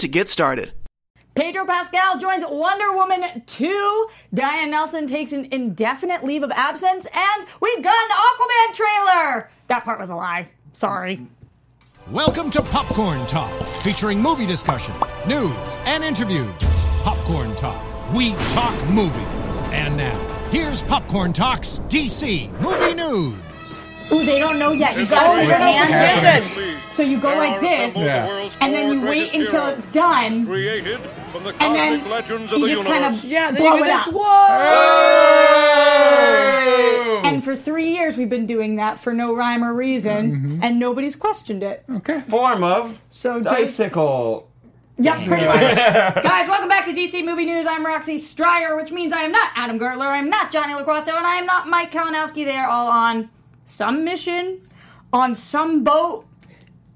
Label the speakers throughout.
Speaker 1: to get started.
Speaker 2: Pedro Pascal joins Wonder Woman 2. Diane Nelson takes an indefinite leave of absence, and we've got an Aquaman trailer. That part was a lie. Sorry.
Speaker 3: Welcome to Popcorn Talk, featuring movie discussion, news, and interviews. Popcorn Talk, we talk movies. And now, here's Popcorn Talk's DC Movie News.
Speaker 2: Ooh, they don't know yet. You got it in your hand. So you go like this,
Speaker 3: Yeah.
Speaker 2: and then you wait until it's done,
Speaker 4: created from the
Speaker 2: and then
Speaker 4: cosmic legends of
Speaker 2: you
Speaker 4: the
Speaker 2: just
Speaker 4: universe.
Speaker 2: kind of
Speaker 5: Yeah, then
Speaker 2: blow
Speaker 5: you do
Speaker 2: it
Speaker 5: this.
Speaker 2: up.
Speaker 3: Whoa!
Speaker 2: And for three years, we've been doing that for no rhyme or reason,
Speaker 4: Mm-hmm.
Speaker 2: and nobody's questioned it.
Speaker 5: Okay.
Speaker 6: form of
Speaker 2: So just-
Speaker 6: bicycle.
Speaker 2: Yep, pretty much. Guys, welcome back to DC Movie News. I'm Roxy Strider, which means I am not Adam Gertler, I'm not Johnny LaQuasto, and I am not Mike Kalinowski. They are all on some mission, on some boat,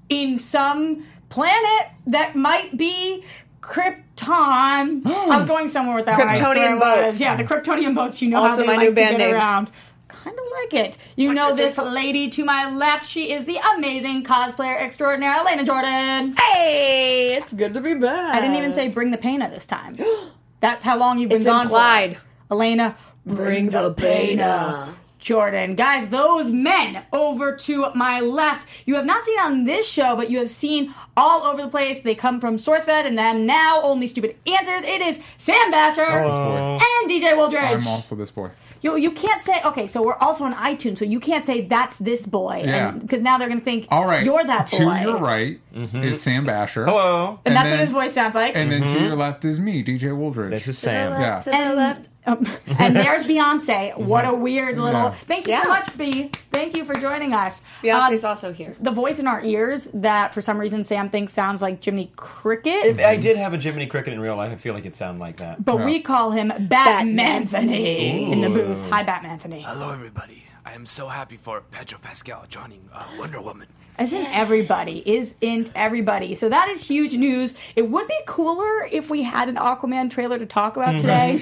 Speaker 2: in some planet that might be Krypton. I was going somewhere with that one. I swear
Speaker 5: Kryptonian
Speaker 2: I was.
Speaker 5: boats.
Speaker 2: Yeah, the Kryptonian boats. You know how
Speaker 5: Also
Speaker 2: they
Speaker 5: my
Speaker 2: like
Speaker 5: new
Speaker 2: to
Speaker 5: band
Speaker 2: get
Speaker 5: name.
Speaker 2: around. Kind of like it. You know this lady to my left. She is the amazing cosplayer extraordinaire, Elena Jordan.
Speaker 5: Hey, it's good to be back.
Speaker 2: I didn't even say bring the pain at this time. That's how long you've been
Speaker 5: it's
Speaker 2: gone
Speaker 5: implied.
Speaker 2: for. Elena, bring the pain up. Jordan, guys, those men over to my left, you have not seen on this show, but you have seen all over the place. They come from SourceFed and then now only stupid answers. It is Sam Basher
Speaker 7: Hello.
Speaker 2: and DJ Wildridge.
Speaker 7: Oh, I'm also this boy.
Speaker 2: you, you can't say okay. So we're also on iTunes, so you can't say that's this boy,
Speaker 7: Yeah.
Speaker 2: because now they're gonna think
Speaker 7: All right.
Speaker 2: you're that boy.
Speaker 7: To your right is Sam Basher.
Speaker 6: Mm-hmm. Hello. Mm-hmm.
Speaker 2: and, that's
Speaker 7: then-
Speaker 2: what his voice sounds like.
Speaker 7: And then to your left is me, DJ Wooldridge.
Speaker 6: This is Sam.
Speaker 7: yeah.
Speaker 2: and
Speaker 5: uh,
Speaker 2: um, and there's Beyonce. What a weird little.
Speaker 7: Yeah.
Speaker 2: Thank you
Speaker 5: Yeah.
Speaker 2: so much, B. Thank you for joining us.
Speaker 5: Beyonce's
Speaker 2: Uh,
Speaker 5: also here.
Speaker 2: the voice in our ears that for some reason Sam thinks sounds like Jimmy Cricket,
Speaker 6: I did have a Jiminy Cricket in real life. I feel like it sounded like that.
Speaker 2: but we call him Batmanthony in the booth. Hi, Batmanthony.
Speaker 8: Hello, everybody. I am so happy for Pedro Pascal joining uh, Wonder Woman.
Speaker 2: Isn't everybody? Isn't everybody? So that is huge news. It would be cooler if we had an Aquaman trailer to talk about today.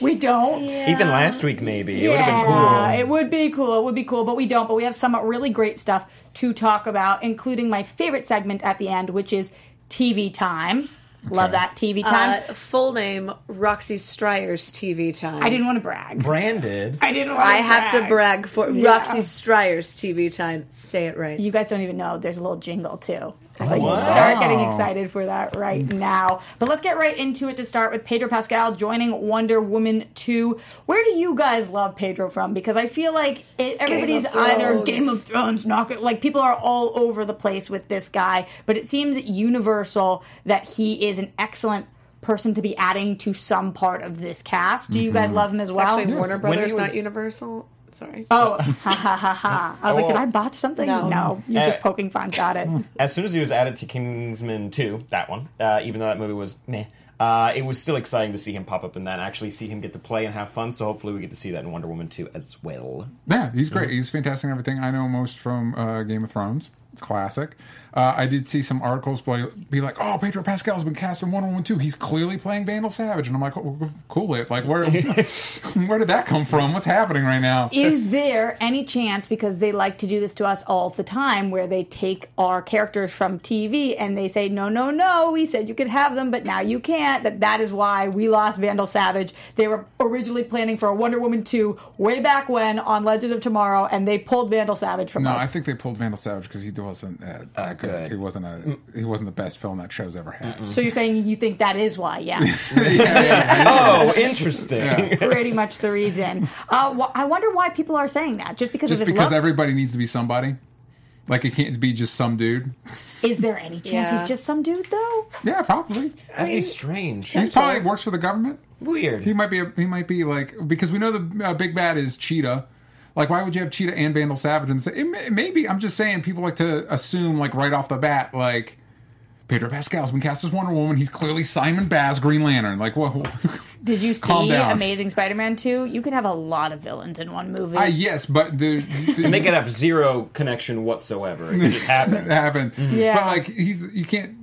Speaker 2: We don't.
Speaker 6: Even last week, maybe it would have been cool.
Speaker 2: Yeah, it would be cool. It would be cool, but we don't. But we have some really great stuff to talk about, including my favorite segment at the end, which is TV time. Love that TV time.
Speaker 5: Uh, full name Roxy Strier's TV time.
Speaker 2: I didn't want to brag.
Speaker 6: Branded.
Speaker 2: I didn't. Want
Speaker 5: I have to brag for Roxy Strier's TV time. Say it right.
Speaker 2: You guys don't even know. There's a little jingle too. So you
Speaker 6: wow.
Speaker 2: start getting excited for that right now. But let's get right into it to start with Pedro Pascal joining Wonder Woman 2. Where do you guys love Pedro from? Because I feel like it, everybody's either
Speaker 5: Thrones.
Speaker 2: Game of Thrones, knock it. Like people are all over the place with this guy. But it seems universal that he is an excellent person to be adding to some part of this cast. Do you guys love him as well?
Speaker 5: Actually, Warner
Speaker 6: When
Speaker 5: Brothers,
Speaker 6: he was-
Speaker 5: not Universal. Sorry.
Speaker 2: Oh, ha ha ha ha! I was like, did I botch something? No,
Speaker 5: No.
Speaker 2: you're just
Speaker 6: Eh.
Speaker 2: poking fun. Got it.
Speaker 6: As soon as he was added to Kingsman 2, that one, uh, even though that movie was meh, uh, it was still exciting to see him pop up in that and actually see him get to play and have fun. So hopefully we get to see that in Wonder Woman 2 as well.
Speaker 7: Yeah, he's
Speaker 6: Mm-hmm.
Speaker 7: great. He's fantastic in everything. I know most from uh, Game of Thrones, classic. Uh, I did see some articles play, be like, "Oh, Pedro Pascal's been cast in One One Two. He's clearly playing Vandal Savage," and I'm like, oh, "Cool it! Like, where where did that come from? What's happening right now?"
Speaker 2: is there any chance because they like to do this to us all the time where they take our characters from TV and they say no no no we said you could have them but now you can't that that is why we lost Vandal Savage they were originally planning for a Wonder Woman 2 way back when on Legend of Tomorrow and they pulled Vandal Savage from
Speaker 7: No,
Speaker 2: us
Speaker 7: I think they pulled Vandal Savage because he wasn't uh, that good.
Speaker 6: Oh, good.
Speaker 7: He wasn't a he wasn't the best film that show's ever had.
Speaker 2: so you're saying you think that is why yeah
Speaker 6: Oh, interesting.
Speaker 2: pretty much the reason uh, wh- I wonder why people are saying that just because
Speaker 7: Just
Speaker 2: of his
Speaker 7: because
Speaker 2: look?
Speaker 7: everybody needs to be somebody. Like it can't be just some dude.
Speaker 2: is there any chance
Speaker 5: Yeah.
Speaker 2: he's just some dude though
Speaker 7: Yeah, probably.
Speaker 6: That'd be strange.
Speaker 7: He probably works for the government.
Speaker 6: Weird.
Speaker 7: He might be. A, he might be like because we know the uh, big bad is Cheetah. Like, why would you have Cheetah and Vandal Savage? And say it may, maybe I'm just saying people like to assume like right off the bat like Pedro Pascal's been cast as Wonder Woman. He's clearly Simon Baz, Green Lantern. Like, whoa.
Speaker 2: Did you
Speaker 7: Calm
Speaker 2: see
Speaker 7: down.
Speaker 2: Amazing Spider-Man 2? You can have a lot of villains in one movie.
Speaker 7: I, yes, but the,
Speaker 6: And they could have zero connection whatsoever. It could just
Speaker 7: that
Speaker 6: happened.
Speaker 7: happened.
Speaker 2: Yeah.
Speaker 7: But like he's you can't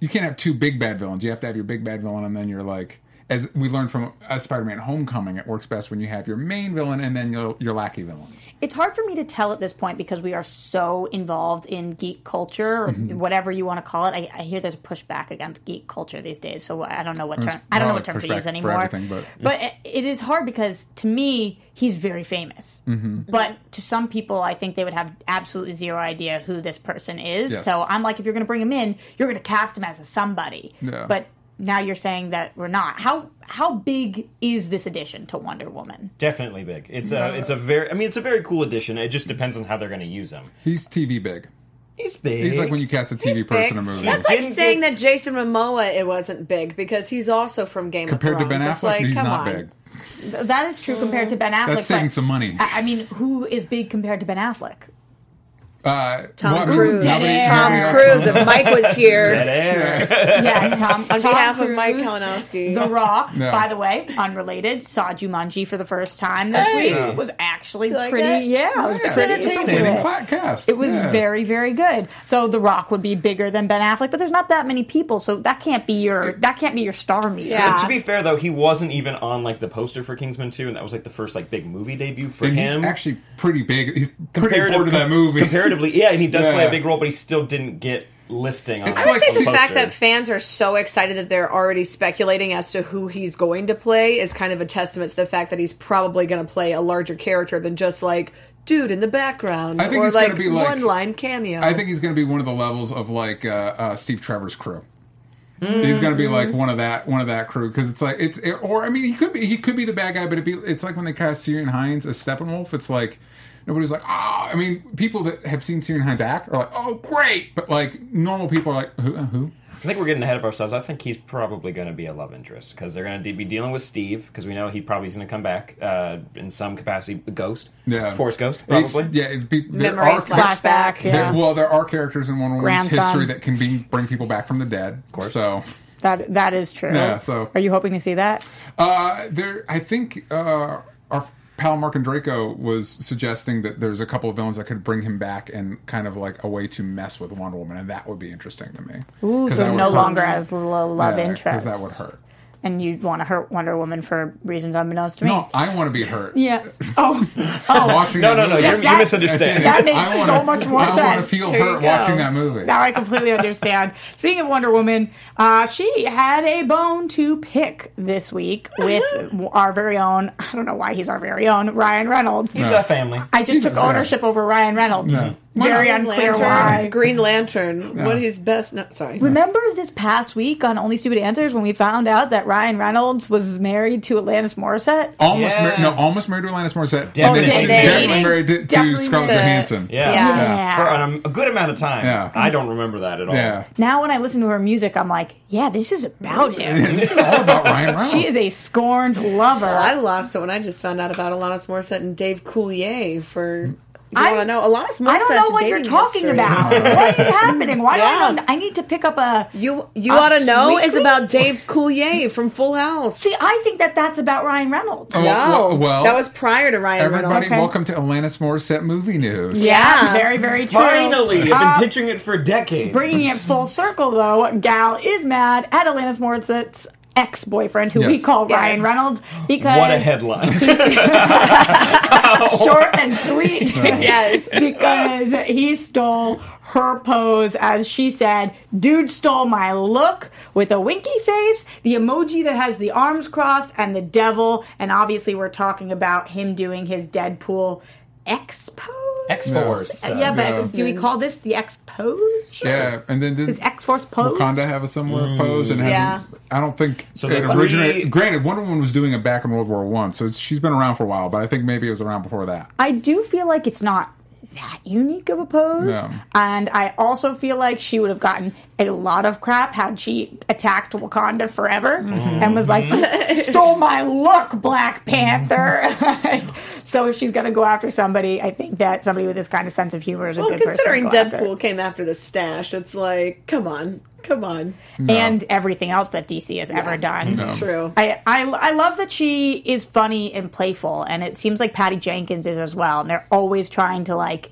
Speaker 7: you can't have two big bad villains. You have to have your big bad villain and then you're like as we learned from uh, Spider-Man Homecoming, it works best when you have your main villain and then your your lackey villains.
Speaker 2: it's hard for me to tell at this point because we are so involved in geek culture, or
Speaker 7: Mm-hmm.
Speaker 2: whatever you want to call it. I, I hear there's a pushback against geek culture these days, so I don't know what term. I don't know what term to
Speaker 7: probably
Speaker 2: use
Speaker 7: pushback for
Speaker 2: anymore.
Speaker 7: everything, but-
Speaker 2: it- it is hard because to me, he's very famous.
Speaker 7: Mm-hmm.
Speaker 2: But to some people, I think they would have absolutely zero idea who this person is.
Speaker 7: Yes.
Speaker 2: So I'm like, if you're going to bring him in, you're going to cast him as a somebody.
Speaker 7: Yeah.
Speaker 2: But now you're saying that we're not. How how big is this addition to Wonder Woman?
Speaker 6: Definitely big. It's a it's a very I mean it's a very cool addition. It just depends on how they're going to use him.
Speaker 7: He's TV big.
Speaker 6: He's big.
Speaker 7: He's like when you cast a TV person in a movie.
Speaker 5: That's like
Speaker 6: Didn't
Speaker 5: saying
Speaker 6: get-
Speaker 5: that Jason Momoa it wasn't big because he's also from Game
Speaker 7: Compared
Speaker 5: of
Speaker 7: to
Speaker 5: Thrones.
Speaker 7: Ben Affleck,
Speaker 5: It's like,
Speaker 7: he's
Speaker 5: come
Speaker 7: not
Speaker 5: on.
Speaker 7: big.
Speaker 2: That is true compared to Ben Affleck.
Speaker 7: That's saving
Speaker 2: but-
Speaker 7: some money.
Speaker 2: I, I mean, who is big compared to Ben Affleck?
Speaker 7: Uh,
Speaker 5: Tom
Speaker 7: well, I mean,
Speaker 5: Cruise.
Speaker 7: nobody-
Speaker 2: Tom
Speaker 7: nobody
Speaker 5: Tom
Speaker 7: else-
Speaker 5: Cruise. If Mike was here,
Speaker 6: Dead air.
Speaker 2: Yeah, Tom.
Speaker 5: on
Speaker 2: Tom
Speaker 5: behalf of Mike
Speaker 2: Cruise,
Speaker 5: Kalinowski.
Speaker 2: The Rock,
Speaker 7: Yeah.
Speaker 2: by the way, unrelated, saw Jumanji for the first time this week. It was actually
Speaker 5: like
Speaker 2: pretty.
Speaker 5: it?
Speaker 2: Yeah, it was
Speaker 7: Yeah,
Speaker 2: pretty
Speaker 7: it's a
Speaker 2: into
Speaker 7: winning
Speaker 2: it.
Speaker 7: cla- cast.
Speaker 2: It was
Speaker 7: Yeah.
Speaker 2: very, very good. So The Rock would be bigger than Ben Affleck, but there's not that many people, so that can't be your that can't be your star meter.
Speaker 5: Yeah.
Speaker 6: to be fair though, he wasn't even on like the poster for Kingsman 2 and that was like the first like big movie debut for
Speaker 7: And he's
Speaker 6: him.
Speaker 7: actually pretty big. He's pretty
Speaker 6: Comparative-
Speaker 7: important to that movie.
Speaker 6: Comparatively, yeah, and he does
Speaker 7: Yeah.
Speaker 6: play a big role, but he still didn't get listing on
Speaker 7: It's
Speaker 6: the
Speaker 7: like
Speaker 5: I'd say the
Speaker 6: poster.
Speaker 5: fact that fans are so excited that they're already speculating as to who he's going to play is kind of a testament to the fact that he's probably going to play a larger character than just like dude in the background
Speaker 7: I think
Speaker 5: or
Speaker 7: he's gonna
Speaker 5: like,
Speaker 7: be, like-
Speaker 5: one line cameo.
Speaker 2: Oh.
Speaker 7: I think he's going to be one of the levels of like uh, uh, Steve Trevor's crew. He's going to be like one of that one of that crew because it's like it's it, or I mean he could be he could be the bad guy, but it be it's like when they cast Syrian Hines as Steppenwolf. It's like nobody's like ah. I mean, people that have seen Syrian Hines act are like oh great, but like normal people are like who uh, who.
Speaker 6: I think we're getting ahead of ourselves. I think he's probably going to be a love interest because they're going to be dealing with Steve because we know he probably is going to come back uh, in some capacity. The Ghost,
Speaker 7: Yeah,
Speaker 6: Force Ghost,
Speaker 7: It's-
Speaker 6: probably.
Speaker 7: yeah, it, pe- there
Speaker 5: memory
Speaker 7: are
Speaker 2: flashback.
Speaker 7: there-
Speaker 2: Yeah,
Speaker 7: well, there are characters in Wonder Woman's
Speaker 2: Grandson.
Speaker 7: history that can be bring people back from the dead. So
Speaker 2: that that is true.
Speaker 7: Yeah, so-
Speaker 2: are you hoping to see that?
Speaker 7: Uh, there, I think uh, our pal Mark and Draco was suggesting that there's a couple of villains that could bring him back and kind of like a way to mess with Wonder Woman, and that would be interesting to me.
Speaker 2: Ooh,
Speaker 7: 'Cause
Speaker 2: so
Speaker 7: that would
Speaker 2: no
Speaker 7: hurt.
Speaker 2: longer as low love
Speaker 7: Yeah, 'cause
Speaker 2: interest.
Speaker 7: that would hurt.
Speaker 2: And you'd want to hurt Wonder Woman for reasons unbeknownst to me.
Speaker 7: No, I want to be hurt.
Speaker 2: Yeah. Oh.
Speaker 7: Watching
Speaker 6: No,
Speaker 7: that
Speaker 6: no, no,
Speaker 7: movie-
Speaker 6: you're,
Speaker 2: Yes, that-
Speaker 6: you misunderstand.
Speaker 2: That
Speaker 7: I
Speaker 2: makes
Speaker 7: wanna-
Speaker 2: so much more
Speaker 7: I want to
Speaker 2: sense.
Speaker 7: feel
Speaker 5: There you
Speaker 7: hurt watching
Speaker 5: go.
Speaker 7: that movie.
Speaker 2: now I completely understand. Speaking of Wonder Woman, uh, she had a bone to pick this week with our very own, I don't know why he's our very own, Ryan Reynolds.
Speaker 6: He's a family.
Speaker 2: I just
Speaker 7: He's
Speaker 2: took
Speaker 7: a-
Speaker 2: ownership over Ryan Reynolds.
Speaker 7: No.
Speaker 2: Very
Speaker 7: Why not?
Speaker 2: unclear
Speaker 5: Lantern,
Speaker 2: why.
Speaker 5: Green Lantern. What he's best? No, sorry.
Speaker 2: Remember this past week on Only Stupid Answers when we found out that Ryan Reynolds was married to Atlantis Morissette?
Speaker 7: Almost
Speaker 6: Yeah.
Speaker 7: married, no, almost married to Alanis Morissette.
Speaker 6: Definitely.
Speaker 7: And then
Speaker 6: Dating.
Speaker 7: definitely married to, to
Speaker 2: Definitely
Speaker 7: Scarlett
Speaker 5: to-
Speaker 7: Johansson.
Speaker 6: yeah.
Speaker 5: Yeah.
Speaker 6: For um, a good amount of time.
Speaker 7: Yeah.
Speaker 6: I don't remember that at all.
Speaker 7: yeah,
Speaker 2: Now when I listen to her music, I'm like, yeah, this is about him.
Speaker 7: this is all about Ryan Reynolds.
Speaker 2: She is a scorned lover.
Speaker 5: I lost it when I just found out about Alanis Morissette and Dave Coulier for. You
Speaker 2: I-
Speaker 5: want to know Alanis Morissette's
Speaker 2: I don't know what you're
Speaker 5: dating
Speaker 2: talking
Speaker 5: history.
Speaker 2: about. what is happening? Why do I
Speaker 5: Yeah.
Speaker 2: know? I need to pick up a.
Speaker 5: You you
Speaker 2: Us
Speaker 5: ought to know is
Speaker 2: Weekly?
Speaker 5: about Dave Coulier from Full House.
Speaker 2: See, I think that that's about Ryan Reynolds.
Speaker 7: Oh,
Speaker 5: No,
Speaker 7: well, well,
Speaker 5: that was prior to Ryan
Speaker 7: Everybody,
Speaker 5: Reynolds.
Speaker 2: Okay.
Speaker 7: welcome to Alanis Morissette movie news.
Speaker 5: Yeah.
Speaker 2: very, very true.
Speaker 6: Finally, I've been picturing it for decades.
Speaker 2: Bringing it full circle, though, Gal is mad at Alanis Morissette's ex-boyfriend, who we
Speaker 7: Yes.
Speaker 2: call
Speaker 5: Yes.
Speaker 2: Ryan Reynolds, because
Speaker 6: what a headline.
Speaker 2: short and sweet.
Speaker 5: Yes.
Speaker 2: because he stole her pose, as she said, dude stole my look with a winky face, the emoji that has the arms crossed, and the devil. And obviously, we're talking about him doing his Deadpool X pose.
Speaker 6: X Force.
Speaker 2: yeah, but
Speaker 7: Yeah.
Speaker 2: can we call this the X pose?
Speaker 7: Yeah, and then did
Speaker 2: His X Force Mm. pose?
Speaker 7: Wakanda have a similar pose? And hasn't,
Speaker 5: Yeah.
Speaker 7: I don't think
Speaker 6: So
Speaker 7: it
Speaker 6: the
Speaker 7: originated.
Speaker 6: three-
Speaker 7: Granted, Wonder Woman was doing it back in World War One, so it's, she's been around for a while. But I think maybe it was around before that.
Speaker 2: I do feel like it's not that unique of a pose.
Speaker 7: No.
Speaker 2: And I also feel like she would have gotten a lot of crap had she attacked Wakanda forever and was like, "You stole my look, Black Panther. Like, so if she's going to go after somebody, I think that somebody with this kind of sense of humor is a
Speaker 5: Well,
Speaker 2: good person. to
Speaker 5: considering
Speaker 2: go after.
Speaker 5: Deadpool came after the stash, it's like, come on, Come on.
Speaker 2: and everything else that DC has ever done.
Speaker 5: True.
Speaker 2: I, I, I love that she is funny and playful, and it seems like Patty Jenkins is as well. And they're always trying to like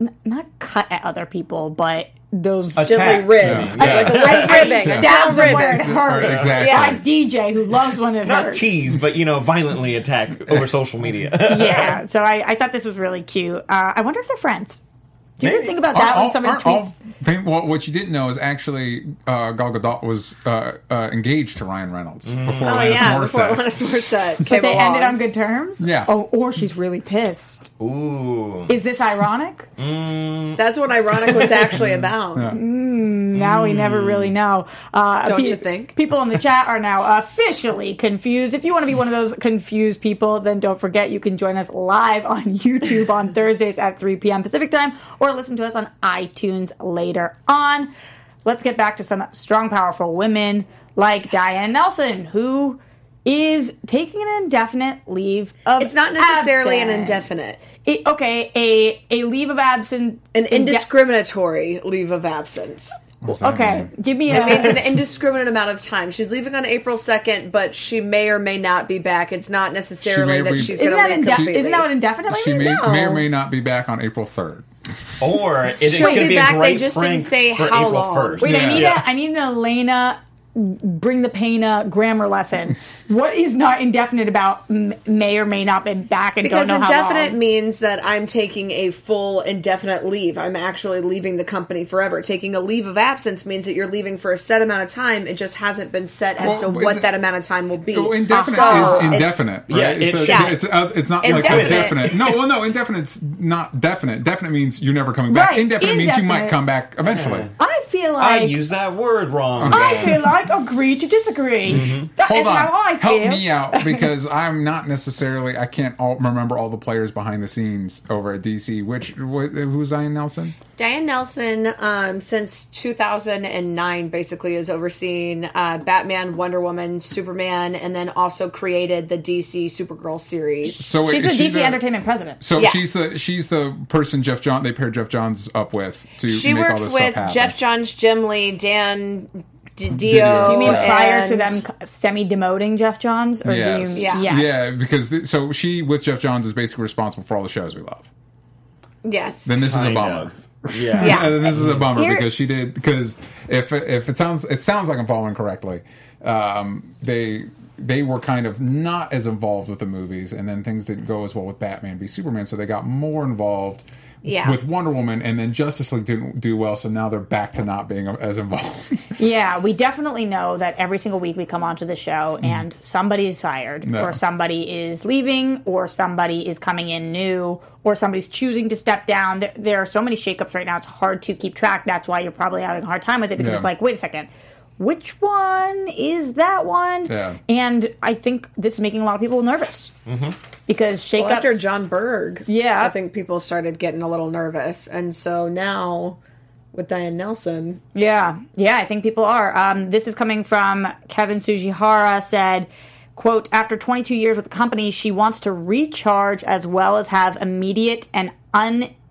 Speaker 2: n- not cut at other people, but those
Speaker 5: Gently
Speaker 6: Attack.
Speaker 5: rib.
Speaker 7: Uh, Yeah.
Speaker 5: Like a light
Speaker 2: I
Speaker 5: ribbing.
Speaker 2: stab
Speaker 5: Down
Speaker 2: them where it
Speaker 5: ribbing.
Speaker 2: hurts.
Speaker 7: Exactly.
Speaker 2: Like DJ who loves when it
Speaker 6: Not
Speaker 2: hurts.
Speaker 6: tease, but you know, violently attack over social media.
Speaker 2: Yeah. So I, I thought this was really cute. Uh, I wonder if they're friends. Do you ever think about that
Speaker 7: Aren't all-
Speaker 2: when somebody
Speaker 7: aren't all
Speaker 2: tweets?
Speaker 7: fam- well, what you didn't know is actually uh, Gal Gadot was uh, uh, engaged to Ryan Reynolds before
Speaker 5: Oh,
Speaker 7: Alanis
Speaker 5: yeah. Before
Speaker 7: Morissette.
Speaker 5: Alanis Morissette
Speaker 2: But
Speaker 5: came
Speaker 2: they
Speaker 5: along.
Speaker 2: ended on good terms.
Speaker 7: Yeah.
Speaker 2: Oh, or she's really pissed.
Speaker 6: Ooh.
Speaker 2: Is this ironic?
Speaker 5: That's what Ironic was actually about.
Speaker 2: Now we never really know. Uh,
Speaker 5: Hmm. Don't you think?
Speaker 2: People in the chat are now officially confused. If you want to be one of those confused people, then don't forget you can join us live on YouTube on Thursdays at 3 p.m. Pacific time or listen to us on iTunes later on. Let's get back to some strong, powerful women like Diane Nelson, who is taking an indefinite leave of
Speaker 5: It's not necessarily an
Speaker 2: absence.
Speaker 5: indefinite,
Speaker 2: It- okay, a a leave of absence.
Speaker 5: an
Speaker 2: inde-
Speaker 5: indiscriminatory leave of absence.
Speaker 7: What's that
Speaker 2: Okay,
Speaker 7: mean?
Speaker 2: give me a.
Speaker 5: It means an indiscriminate amount of time. She's leaving on April 2nd, but she may or may not be back. It's not necessarily
Speaker 7: She may
Speaker 5: that
Speaker 7: be-
Speaker 5: she's
Speaker 2: Isn't
Speaker 5: going to
Speaker 2: that,
Speaker 5: leave
Speaker 2: inde-
Speaker 5: completely.
Speaker 2: isn't that what indefinitely
Speaker 7: She
Speaker 2: means?
Speaker 7: may,
Speaker 5: No.
Speaker 7: may or may not be back on April 3rd.
Speaker 6: Or it, it's
Speaker 5: She'll
Speaker 6: going
Speaker 5: be
Speaker 6: to be
Speaker 5: back,
Speaker 6: a
Speaker 5: they
Speaker 6: great
Speaker 5: just
Speaker 6: prank
Speaker 5: didn't say
Speaker 6: for
Speaker 5: how
Speaker 6: April
Speaker 5: long.
Speaker 6: 1st.
Speaker 2: Wait, I need
Speaker 6: Yeah.
Speaker 2: a, I need an Elena bring the pain uh, grammar lesson. what is not indefinite about m- may or may not been back and
Speaker 5: because
Speaker 2: don't know
Speaker 5: indefinite
Speaker 2: how long?
Speaker 5: means that I'm taking a full indefinite leave. I'm actually leaving the company forever. Taking a leave of absence means that you're leaving for a set amount of time. It just hasn't been set as
Speaker 7: Well,
Speaker 5: to
Speaker 7: is
Speaker 5: what
Speaker 7: it-
Speaker 5: that amount of time will be.
Speaker 7: Well, Oh, indefinite
Speaker 5: So
Speaker 7: is
Speaker 5: it's-
Speaker 7: indefinite. Right?
Speaker 6: Yeah,
Speaker 7: it's,
Speaker 6: it's-
Speaker 7: a-
Speaker 5: yeah.
Speaker 7: it's, uh, it's not
Speaker 5: Indefinite.
Speaker 7: like definite. No, well, no, indefinite's not definite. Definite means you're never coming back.
Speaker 2: Right,
Speaker 7: Indefinite, means you might
Speaker 2: indefinite.
Speaker 7: come back eventually.
Speaker 2: I feel like Oh,
Speaker 6: I use that word wrong.
Speaker 2: I feel like agree to disagree. That is
Speaker 7: Mm-hmm. Hold on,
Speaker 2: how I feel.
Speaker 7: help me out because I'm not necessarily. I can't all remember all the players behind the scenes over at DC. Which wh- who's Diane Nelson?
Speaker 5: Diane Nelson, um, since 2009, basically has overseen uh, Batman, Wonder Woman, Superman, and then also created the DC Supergirl series.
Speaker 7: So
Speaker 2: She's
Speaker 7: is
Speaker 2: the
Speaker 7: she
Speaker 2: DC Entertainment president.
Speaker 7: So
Speaker 5: Yeah.
Speaker 7: she's the she's the person Jeff John they paired Jeff Johns up with to
Speaker 5: She
Speaker 7: make all
Speaker 5: works
Speaker 7: this
Speaker 5: with
Speaker 7: stuff happen.
Speaker 5: Jeff Johns, Jim Lee, Dan D- Dio.
Speaker 7: Dio.
Speaker 2: you mean
Speaker 7: Yeah.
Speaker 2: prior to
Speaker 5: and-
Speaker 2: them semi demoting Jeff Johns, or
Speaker 7: Yes.
Speaker 2: do you?
Speaker 5: Yeah.
Speaker 2: Yes.
Speaker 7: Yeah, because th- so she with Jeff Johns is basically responsible for all the shows we love.
Speaker 5: Yes.
Speaker 7: Then this is a
Speaker 6: Kind
Speaker 7: bummer.
Speaker 6: of. Yeah.
Speaker 5: Yeah.
Speaker 7: And this is a bummer
Speaker 2: Here-
Speaker 7: because she did because if if it sounds it sounds like I'm following correctly, um, they they were kind of not as involved with the movies, and then things didn't go as well with Batman v Superman, so they got more involved.
Speaker 5: Yeah.
Speaker 7: With Wonder Woman, and then Justice League didn't do well, so now they're back to not being as involved.
Speaker 2: Yeah, we definitely know that every single week we come onto the
Speaker 7: Mm-hmm.
Speaker 2: show and somebody's fired,
Speaker 7: No.
Speaker 2: or somebody is leaving, or somebody is coming in new, or somebody's choosing to step down. There, there are so many shakeups right now, it's hard to keep track. That's why you're probably having a hard time with it because
Speaker 7: Yeah.
Speaker 2: it's like, wait a second, which one is that one?
Speaker 7: Yeah. Mm-hmm.
Speaker 2: And I think this is making a lot of people nervous because shakeups.
Speaker 5: Well, after John Berg,
Speaker 2: Yeah.
Speaker 5: I think people started getting a little nervous, and so now with Diane Nelson,
Speaker 2: Yeah, yeah, I think people are. Um, this is coming from Kevin Sujihara said, "quote After 22 years with the company, she wants to recharge as well as have immediate and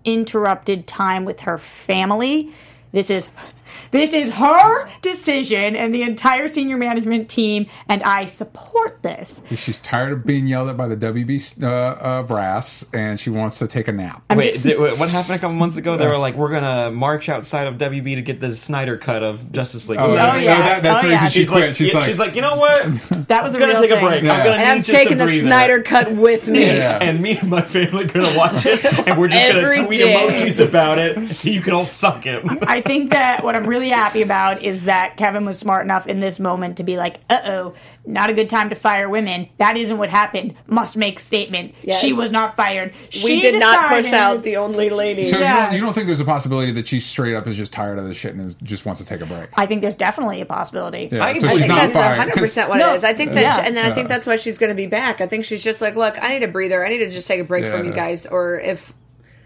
Speaker 2: uninterrupted time with her family. This is." This is her decision and the entire senior management team, and I support this.
Speaker 7: She's tired of being yelled at by the WB uh, uh, brass, and she wants to take a nap.
Speaker 6: Wait, th- wait, what happened a couple months ago? They were like, "We're gonna march outside of WB to get the Snyder cut of Justice League."
Speaker 7: Oh,
Speaker 2: yeah.
Speaker 7: that- that- that's
Speaker 2: Oh,
Speaker 7: the reason
Speaker 2: yeah.
Speaker 7: she
Speaker 6: She's
Speaker 7: quit.
Speaker 6: like,
Speaker 7: she's,
Speaker 6: yeah,
Speaker 7: like,
Speaker 6: "You know what? I'm
Speaker 2: That was a
Speaker 6: gonna
Speaker 2: real
Speaker 6: take a
Speaker 2: thing.
Speaker 6: break.
Speaker 7: Yeah.
Speaker 6: I'm gonna
Speaker 5: and
Speaker 6: need
Speaker 5: I'm
Speaker 6: just to
Speaker 5: taking the
Speaker 6: breathe in
Speaker 5: Snyder
Speaker 6: it.
Speaker 5: cut with me.
Speaker 7: Yeah.
Speaker 6: And me and my family are gonna watch it, and we're just
Speaker 5: Every
Speaker 6: gonna tweet
Speaker 5: day.
Speaker 6: emojis about it, so you can all suck it.
Speaker 2: I think that what I'm really happy about is that Kevin was smart enough in this moment to be like, uh oh, not a good time to fire women. That isn't what happened. Must make statement.
Speaker 5: Yes.
Speaker 2: She was not fired.
Speaker 5: We
Speaker 2: she
Speaker 5: did not push
Speaker 2: decided-
Speaker 5: out the only lady.
Speaker 7: So you,
Speaker 2: Yes.
Speaker 7: don't, you don't think there's a possibility that she straight up is just tired of this shit and is, just wants to take a break?
Speaker 2: I think there's definitely a possibility.
Speaker 7: Yeah,
Speaker 6: I-
Speaker 7: so
Speaker 5: I
Speaker 7: she's
Speaker 6: I think
Speaker 7: not
Speaker 5: think that's
Speaker 7: fired.
Speaker 5: hundred
Speaker 7: 'cause-
Speaker 5: percent what
Speaker 2: No,
Speaker 5: it is. I think that,
Speaker 2: yeah.
Speaker 5: and then I think
Speaker 7: Yeah.
Speaker 5: that's why she's going to be back. I think she's just like, look, I need a breather. I need to just take a break from
Speaker 7: Yeah.
Speaker 5: you guys, or if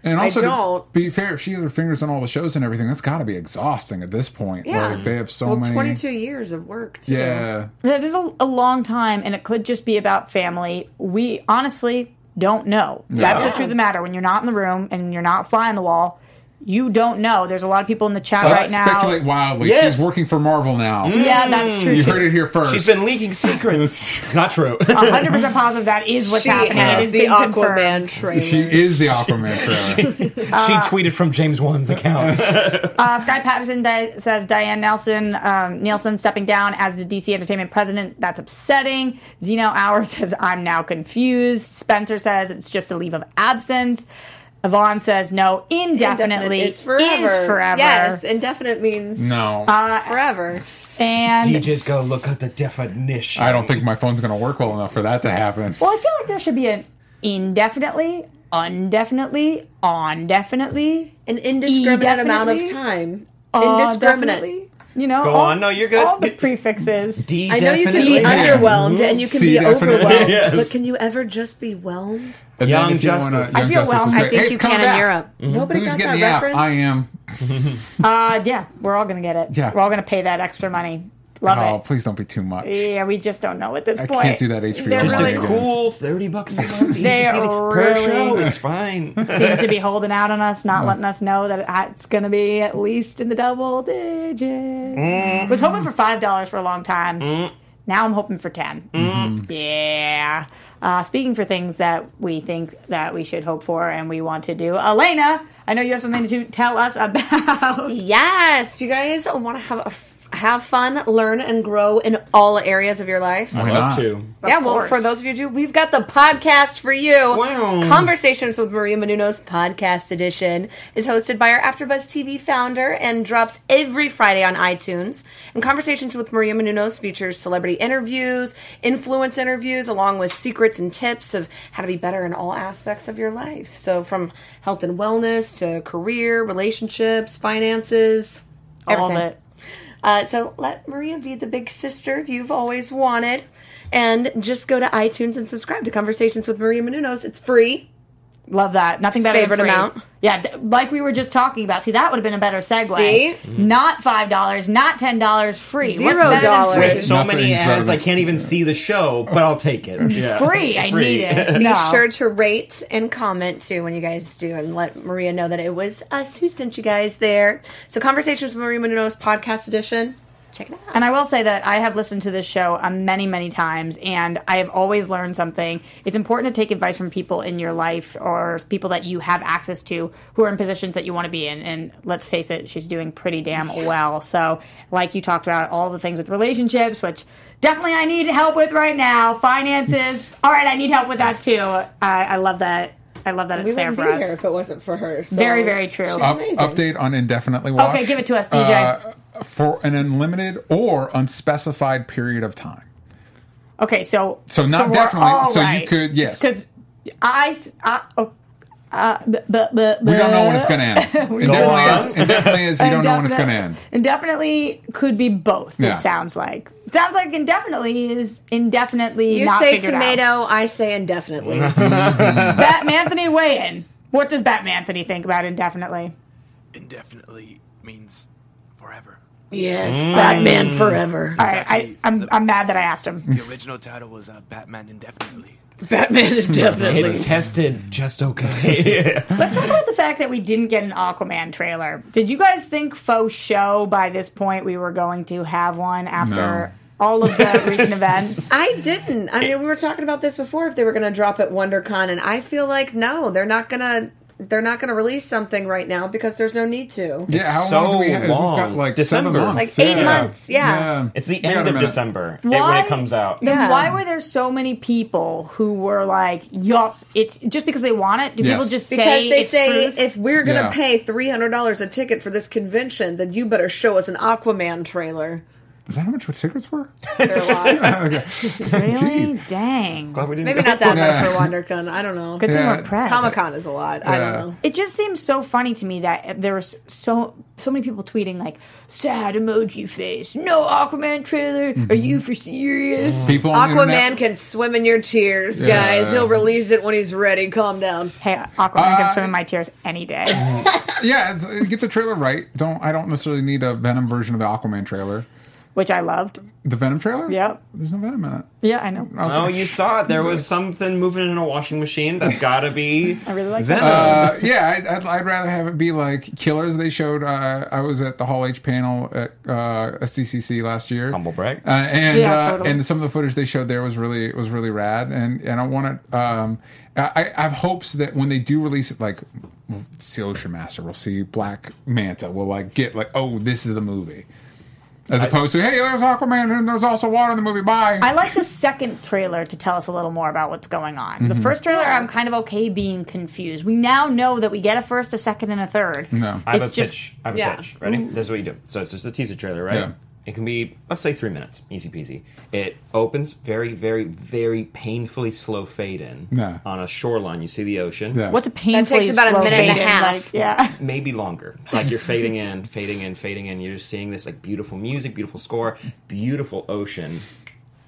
Speaker 7: And
Speaker 5: I
Speaker 7: also, to
Speaker 5: don't.
Speaker 7: be fair, if she had her fingers on all the shows and everything, that's got to be exhausting at this point.
Speaker 5: yeah,
Speaker 7: Like, they have so
Speaker 5: well,
Speaker 7: many.
Speaker 5: twenty two years of work. Too.
Speaker 7: Yeah.
Speaker 2: That is a, a long time, and it could just be about family. We honestly don't know. That's the
Speaker 7: Yeah.
Speaker 2: truth of the matter. When you're not in the room and you're not flying the wall, You don't know. There's a lot of people in the chat
Speaker 7: Let's
Speaker 2: right now.
Speaker 7: speculate wildly.
Speaker 6: Yes. Mm.
Speaker 7: She's working for Marvel now.
Speaker 2: Yeah, that's true.
Speaker 7: You heard it here first.
Speaker 6: She's been leaking secrets. Not true.
Speaker 2: 100% positive that is what's
Speaker 5: she
Speaker 2: happening. It
Speaker 5: has
Speaker 2: has
Speaker 5: the
Speaker 2: been
Speaker 5: Aquaman
Speaker 2: confirmed.
Speaker 5: trailer.
Speaker 7: She is the Aquaman trailer.
Speaker 4: she tweeted from James Wan's account.
Speaker 2: Uh, Sky Patterson di- says Diane Nelson um, Nielsen stepping down as the DC Entertainment president. That's upsetting. Zeno Hour says I'm now confused. Spencer says it's just a leave of absence. Yvonne says no, indefinitely
Speaker 5: Indefinite is forever.
Speaker 2: Is forever. Mm.
Speaker 5: Yes, indefinite means
Speaker 7: no.
Speaker 5: forever.
Speaker 2: and
Speaker 4: you just go look at the definition.
Speaker 7: I don't think my phone's going to work well enough for that to happen.
Speaker 2: well, I feel like there should be an indefinitely, undefinitely, on definitely,
Speaker 5: An indiscriminate amount of
Speaker 2: Indefinitely?
Speaker 5: time.
Speaker 2: uh,
Speaker 5: Indiscriminate.
Speaker 2: definitely. You know,
Speaker 6: Go
Speaker 2: all,
Speaker 6: on. No, you're good.
Speaker 2: All the
Speaker 6: Get-
Speaker 2: prefixes.
Speaker 4: D
Speaker 5: I know you can be
Speaker 4: definitely.
Speaker 5: underwhelmed and you can
Speaker 7: See,
Speaker 5: be
Speaker 7: definitely.
Speaker 5: overwhelmed,
Speaker 6: Yes.
Speaker 5: but can you ever just be whelmed?
Speaker 7: And
Speaker 6: Young
Speaker 7: if you wanna-
Speaker 6: Justice. I
Speaker 7: Young
Speaker 2: feel
Speaker 7: Justice is
Speaker 2: well. I
Speaker 7: great.
Speaker 5: I think
Speaker 7: Hey,
Speaker 5: you
Speaker 7: it's
Speaker 5: can
Speaker 7: coming
Speaker 5: in
Speaker 7: back. Mm-hmm.
Speaker 5: Europe. Nobody
Speaker 7: Who's
Speaker 5: got
Speaker 7: getting
Speaker 5: that
Speaker 7: the app?
Speaker 5: reference.
Speaker 7: I am.
Speaker 2: Uh, yeah, we're all gonna get it.
Speaker 7: Yeah.
Speaker 2: we're all gonna pay that extra money. Love
Speaker 7: Oh,
Speaker 2: it.
Speaker 7: please don't be too much.
Speaker 2: Yeah, we just don't know at this
Speaker 7: I
Speaker 2: point.
Speaker 7: can't do that HBO
Speaker 2: They're
Speaker 7: Just
Speaker 6: Just
Speaker 7: a
Speaker 2: really
Speaker 6: a
Speaker 7: Right.
Speaker 6: cool thirty bucks a month, easy,
Speaker 2: They're
Speaker 6: peasy, per
Speaker 2: really-
Speaker 6: show. It's fine.
Speaker 2: seem to be holding out on us, not letting us know that it's going to be at least in the double digits.
Speaker 7: Mm-hmm.
Speaker 2: Was hoping for five dollars for a long time. Now I'm hoping for ten.
Speaker 7: Mm-hmm.
Speaker 2: Yeah. Uh, speaking for things that we think that we should hope for and we want to do, Elena, I know you have something to tell us about.
Speaker 5: Yes. Do you guys want to have a f- have fun, learn, and grow in all areas of your life?
Speaker 7: Why
Speaker 6: Love
Speaker 7: not?
Speaker 6: to.
Speaker 5: yeah, well,
Speaker 2: course.
Speaker 5: for those of you who do, we've got the podcast for you.
Speaker 6: Wow.
Speaker 5: Conversations with Maria Menounos Podcast Edition is hosted by our AfterBuzz TV founder and drops every Friday on iTunes. And Conversations with Maria Menounos features celebrity interviews, influence interviews, along with secrets and tips of how to be better in all aspects of your life. So from health and wellness to career, relationships, finances,
Speaker 2: All
Speaker 5: everything.
Speaker 2: of it.
Speaker 5: Uh, so let Maria be the big sister you've always wanted. And just go to iTunes and subscribe to Conversations with Maria Menounos. It's free.
Speaker 2: Love that. Nothing better
Speaker 5: Favorite
Speaker 2: than free.
Speaker 5: amount?
Speaker 2: Yeah, th- like we were just talking about. See, that would have been a better segue.
Speaker 5: See?
Speaker 2: Not
Speaker 6: Mm-hmm.
Speaker 2: five dollars, not ten dollars, free. What's
Speaker 5: Zero
Speaker 2: better than
Speaker 5: dollars.
Speaker 2: free?
Speaker 6: With so
Speaker 7: Nothing's
Speaker 6: many
Speaker 7: better
Speaker 6: ads,
Speaker 7: than-
Speaker 6: I can't even see the show, but I'll take it. Yeah.
Speaker 2: Free. I
Speaker 6: Free.
Speaker 2: need it.
Speaker 5: Be
Speaker 2: No.
Speaker 5: sure to rate and comment too when you guys do, and let Maria know that it was us who sent you guys there. So Conversations with Maria Menounos podcast edition. Check it out.
Speaker 2: And I will say that I have listened to this show uh, many, many times, and I have always learned something. It's important to take advice from people in your life or people that you have access to who are in positions that you want to be in. And let's face it, she's doing pretty damn well. So, like you talked about, all the things with relationships, which definitely I need help with right now, finances. all right, I need help with that too. I, I love that. I love that it's there for us.
Speaker 5: it wasn't for her. So
Speaker 2: Very, very true.
Speaker 7: Up- update on indefinitely watch.
Speaker 2: Okay, give it to us, DJ.
Speaker 7: Uh, for an unlimited or unspecified period of time.
Speaker 2: Okay, so
Speaker 7: So not
Speaker 2: we're
Speaker 7: definitely,
Speaker 2: all
Speaker 7: so you could- yes.
Speaker 2: because I, s- I oh, uh, b- b- b-
Speaker 7: We don't know when it's going to end. indefinitely,
Speaker 6: don't
Speaker 7: is, indefinitely is you don't know when it's going to end.
Speaker 2: Indefinitely could be both.
Speaker 7: Yeah.
Speaker 2: It sounds like sounds like indefinitely is indefinitely.
Speaker 5: You
Speaker 2: not
Speaker 5: say
Speaker 2: figured out.
Speaker 5: tomato, I say indefinitely.
Speaker 2: Batman Anthony weigh in. What does Batman Anthony think about indefinitely?
Speaker 8: Indefinitely means forever.
Speaker 5: yes,
Speaker 2: Mm.
Speaker 5: Batman forever.
Speaker 2: All right, I, I'm I'm mad that I asked him.
Speaker 8: The original title was uh, Batman Indefinitely.
Speaker 5: Batman
Speaker 4: It
Speaker 5: indefinitely.
Speaker 4: tested just okay.
Speaker 2: Let's talk about the fact that we didn't get an Aquaman trailer. Did you guys think faux show by this point we were going to have one after all of the recent events?
Speaker 5: I didn't. I mean, we were talking about this before if they were going to drop at WonderCon, and I feel like no, they're not going to. They're not going to release something right now because there's no need to.
Speaker 7: Yeah, how
Speaker 6: so
Speaker 7: long do we have? We've got
Speaker 6: long.
Speaker 7: like
Speaker 6: December.
Speaker 7: seven
Speaker 6: Like
Speaker 7: months.
Speaker 5: eight months, yeah.
Speaker 6: It's the
Speaker 7: We got
Speaker 6: end
Speaker 7: a
Speaker 6: of
Speaker 7: minute.
Speaker 6: December it- when
Speaker 2: Why-
Speaker 6: it comes out.
Speaker 2: Then
Speaker 5: Yeah.
Speaker 2: why were there so many people who were like, "Yup, it's just because they want it"? Do
Speaker 7: Yes.
Speaker 2: people just
Speaker 5: Because
Speaker 2: say
Speaker 5: they
Speaker 2: it's
Speaker 5: say
Speaker 2: truth?
Speaker 5: if we're going to
Speaker 7: Yeah.
Speaker 5: pay three hundred dollars a ticket for this convention, then you better show us an Aquaman trailer.
Speaker 7: Is that how much tickets were?
Speaker 5: They're a lot.
Speaker 7: okay.
Speaker 2: really?
Speaker 7: Jeez.
Speaker 2: Dang.
Speaker 6: Oh, We didn't
Speaker 5: Maybe
Speaker 6: go.
Speaker 5: not that
Speaker 7: Yeah.
Speaker 5: much for WonderCon. I don't know.
Speaker 2: Good thing
Speaker 7: Yeah.
Speaker 2: we're pressed.
Speaker 5: Comic Con is a lot. I
Speaker 7: Yeah.
Speaker 5: don't know.
Speaker 2: It just seems so funny to me that there was so so many people tweeting like sad emoji face, no Aquaman trailer. Are
Speaker 7: Mm-hmm.
Speaker 2: you for serious?
Speaker 7: People on the
Speaker 5: Aquaman
Speaker 7: internet-
Speaker 5: can swim in your tears,
Speaker 7: Yeah.
Speaker 5: guys. He'll release it when he's ready. Calm down.
Speaker 2: Hey, Aquaman can
Speaker 7: Uh,
Speaker 2: swim in my tears any day.
Speaker 7: Yeah, it's, get the trailer right. Don't I don't necessarily need a Venom version of the Aquaman trailer.
Speaker 2: which I loved.
Speaker 7: The Venom trailer?
Speaker 2: Yeah.
Speaker 7: There's no Venom in it.
Speaker 2: Yeah, I know.
Speaker 7: Okay.
Speaker 6: Oh, you saw it. There was something moving in a washing machine. That's gotta be.
Speaker 2: I really like
Speaker 6: Venom.
Speaker 2: that.
Speaker 7: Uh, yeah, I'd, I'd, I'd rather have it be like Killers. They showed. Uh, I was at the Hall H panel at uh, SDCC last year.
Speaker 6: Humble brag.
Speaker 7: Uh, and
Speaker 2: Yeah,
Speaker 7: uh,
Speaker 2: totally.
Speaker 7: and some of the footage they showed there was really was really rad. And and I want it. Um, I, I have hopes that when they do release it, like we'll see Ocean Master, we'll see Black Manta. We'll like get like, oh, this is the movie. As opposed to, hey, there's Aquaman and there's also water in the movie. Bye.
Speaker 2: I like the second trailer to tell us a little more about what's going on. The
Speaker 6: Mm-hmm.
Speaker 2: first trailer, I'm kind of okay being confused. We now know that we get a first, a second, and a third.
Speaker 7: no.
Speaker 6: I have
Speaker 2: It's
Speaker 6: a
Speaker 2: just-
Speaker 6: pitch. I have
Speaker 5: yeah.
Speaker 6: a pitch. Ready? This is what you do. So it's just a teaser trailer, right?
Speaker 7: Mm-hmm. Yeah.
Speaker 6: It can be, let's say, three minutes. Easy peasy. It opens very, very, very painfully slow fade in
Speaker 7: Yeah.
Speaker 6: on a shoreline. You see the ocean.
Speaker 7: Yeah.
Speaker 2: What's a painfully
Speaker 5: about a
Speaker 2: slow
Speaker 5: minute and a
Speaker 2: fade in,
Speaker 5: half.
Speaker 2: Like, yeah,
Speaker 6: Maybe longer. Like you're fading in, fading in, fading in. You're just seeing this like beautiful music, beautiful score, beautiful ocean.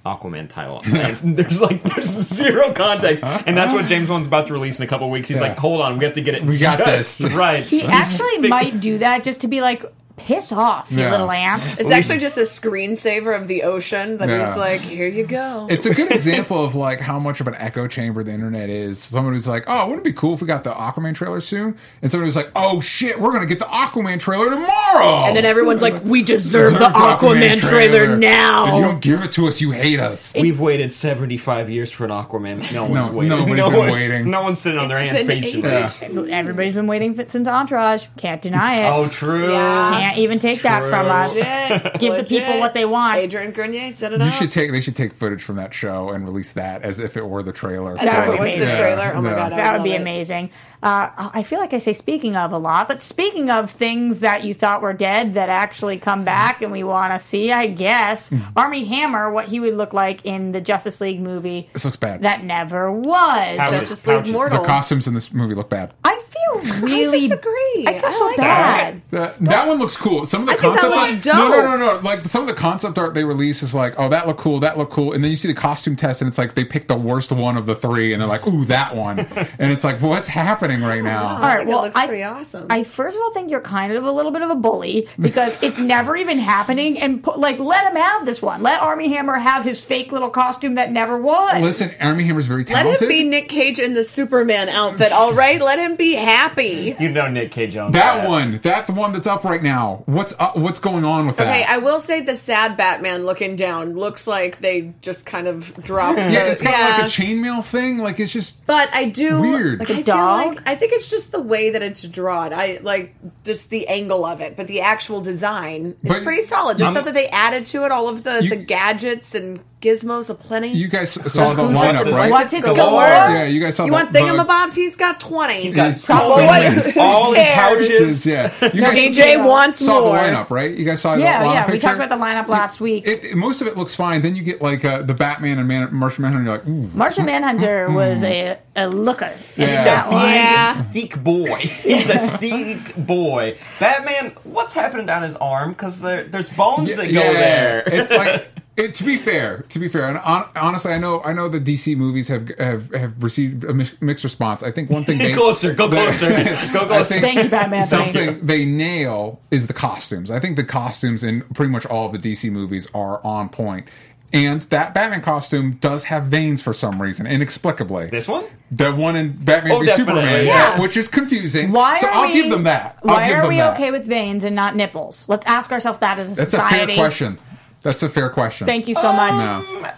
Speaker 6: Aquaman title. And it's- there's like there's zero context, and that's what James Wan's about to release in a couple weeks. He's
Speaker 7: Uh-huh. Yeah.
Speaker 6: like, hold on, we have to get it.
Speaker 7: We got
Speaker 6: just
Speaker 7: this.
Speaker 6: right.
Speaker 2: he actually might do that just to be like, piss off, you
Speaker 7: Yeah.
Speaker 2: little ants.
Speaker 5: It's actually just a screensaver of the ocean that
Speaker 7: Yeah.
Speaker 5: he's like, here you go.
Speaker 7: It's a good example of like how much of an echo chamber the internet is. Someone who's like, "Oh, wouldn't it be cool if we got the Aquaman trailer soon?" And someone who's like, "Oh shit, we're gonna get the Aquaman trailer tomorrow."
Speaker 5: and then everyone's like, we deserve, the Aquaman, trailer, now.
Speaker 7: If you don't give it to us, you hate us.
Speaker 6: We've waited 75 years for an Aquaman. No one's
Speaker 7: No,
Speaker 6: waiting.
Speaker 7: nobody's
Speaker 6: no
Speaker 7: been waiting.
Speaker 6: No one's sitting on their hands
Speaker 5: been
Speaker 6: patiently.
Speaker 7: ages.
Speaker 2: Everybody's been waiting for, since Entourage. Can't deny it.
Speaker 6: Oh, true.
Speaker 5: Yeah.
Speaker 2: Can't even take that from
Speaker 6: True.
Speaker 2: us. Give the people what they want.
Speaker 5: Adrian Grenier set it
Speaker 7: You
Speaker 5: up.
Speaker 7: should take. They should take footage from that show and release that as if it were the trailer.
Speaker 5: That
Speaker 2: would
Speaker 5: was
Speaker 2: be
Speaker 5: the
Speaker 2: amazing.
Speaker 5: trailer. Oh my
Speaker 7: Yeah.
Speaker 5: god, I
Speaker 2: That would
Speaker 5: love
Speaker 2: be
Speaker 5: it.
Speaker 2: amazing. Uh, I feel like I say speaking of a lot, but speaking of things that you thought were dead that actually come back and we want to see, I guess,
Speaker 5: Hmm.
Speaker 2: Army Hammer, what he would look like in the Justice League movie
Speaker 7: This looks bad.
Speaker 2: that never was.
Speaker 6: How-
Speaker 5: Justice League
Speaker 6: Pouches.
Speaker 7: the
Speaker 5: Mortal.
Speaker 7: costumes in this movie look bad.
Speaker 2: I feel really.
Speaker 5: disagree.
Speaker 2: I feel
Speaker 5: I
Speaker 2: so
Speaker 5: like
Speaker 2: bad.
Speaker 7: That, that one looks cool. Some of the
Speaker 5: think that
Speaker 7: concept
Speaker 5: one
Speaker 7: art,
Speaker 5: was dope.
Speaker 7: no, no, no, no. Like some of the concept art they release is like, oh, that looked cool, that looked cool, and then you see the costume test, and it's like they picked the worst one of the three, and they're like, ooh, that one, and it's like, what's happening right now?
Speaker 2: All
Speaker 5: I
Speaker 2: right,
Speaker 5: think it
Speaker 2: well,
Speaker 5: looks
Speaker 2: I-
Speaker 5: pretty awesome.
Speaker 2: I first of all think you're kind of a little bit of a bully because it's never even happening. And pu- like, let him have this one. Let Army Hammer have his fake little costume that never was.
Speaker 7: Listen, Army Hammer's very
Speaker 5: Let
Speaker 7: talented.
Speaker 5: him be Nick Cage in the Superman outfit, all right? Let him be happy.
Speaker 6: You know Nick Cage on
Speaker 7: that one, that the one that's up right now. What's up, what's going on with
Speaker 5: Okay,
Speaker 7: that?
Speaker 5: I will say the sad Batman looking down looks like they just kind of dropped.
Speaker 7: yeah,
Speaker 5: the-
Speaker 7: it's kind of
Speaker 5: yeah.
Speaker 7: like a chainmail thing. Like it's just
Speaker 5: But I do
Speaker 7: Weird. Like
Speaker 2: a
Speaker 5: I feel
Speaker 2: dog?
Speaker 5: like- I think it's just the way that it's drawn. I like just the angle of it, but the actual design is
Speaker 7: But-
Speaker 5: pretty solid. The
Speaker 7: I'm-
Speaker 5: stuff that they added to it, all of the,
Speaker 7: You-
Speaker 5: the gadgets and gizmos aplenty.
Speaker 7: you guys saw the
Speaker 6: What's
Speaker 7: lineup,
Speaker 6: it-
Speaker 7: right?
Speaker 2: what's it
Speaker 5: Galore.
Speaker 2: galore?
Speaker 7: Yeah, you guys saw
Speaker 5: You
Speaker 7: the-
Speaker 5: want
Speaker 7: the-
Speaker 5: thingamabobs? He's got twenty. He's
Speaker 7: got so many.
Speaker 6: All the pouches.
Speaker 7: Yeah, you guys
Speaker 5: DJ wants
Speaker 7: saw
Speaker 5: more.
Speaker 7: the lineup, right? You guys saw
Speaker 2: Yeah,
Speaker 7: the lineup
Speaker 2: yeah.
Speaker 7: picture.
Speaker 2: We talked about the lineup last week.
Speaker 7: It, it- most of it looks fine. Then you get like uh, the Batman and Man- Martian Manhunter. You're like, ooh,
Speaker 2: Martian Manhunter was a, a looker. in
Speaker 7: Mm-hmm. Yeah.
Speaker 2: That one.
Speaker 5: Yeah.
Speaker 6: Thick boy. He's a thick boy. Batman, what's happening down his arm? Because there, there's bones that go there.
Speaker 7: it's like. It, to be fair, to be fair, and on, honestly, I know I know the DC movies have have, have received a mi- mixed response. I think one thing
Speaker 6: Get
Speaker 7: they
Speaker 6: closer. Go
Speaker 7: they-
Speaker 6: closer. go
Speaker 7: I
Speaker 6: closer.
Speaker 7: think
Speaker 2: Thank you, Batman. Thank you.
Speaker 7: Something they nail is the costumes. I think the costumes in pretty much all of the DC movies are on point. And that Batman costume does have veins for some reason, inexplicably.
Speaker 6: this one?
Speaker 7: The one in Batman
Speaker 6: Oh,
Speaker 7: v
Speaker 6: definitely,
Speaker 7: Superman,
Speaker 6: yeah.
Speaker 7: which is confusing.
Speaker 2: Why
Speaker 7: so
Speaker 2: are
Speaker 7: I'll
Speaker 2: we,
Speaker 7: give them that. I'll
Speaker 2: why
Speaker 7: give
Speaker 2: are
Speaker 7: them
Speaker 2: we
Speaker 7: that.
Speaker 2: okay with veins and not nipples? Let's ask ourselves that as a
Speaker 7: That's
Speaker 2: society.
Speaker 7: a fair question. That's a fair question.
Speaker 2: Thank you so much.
Speaker 7: No.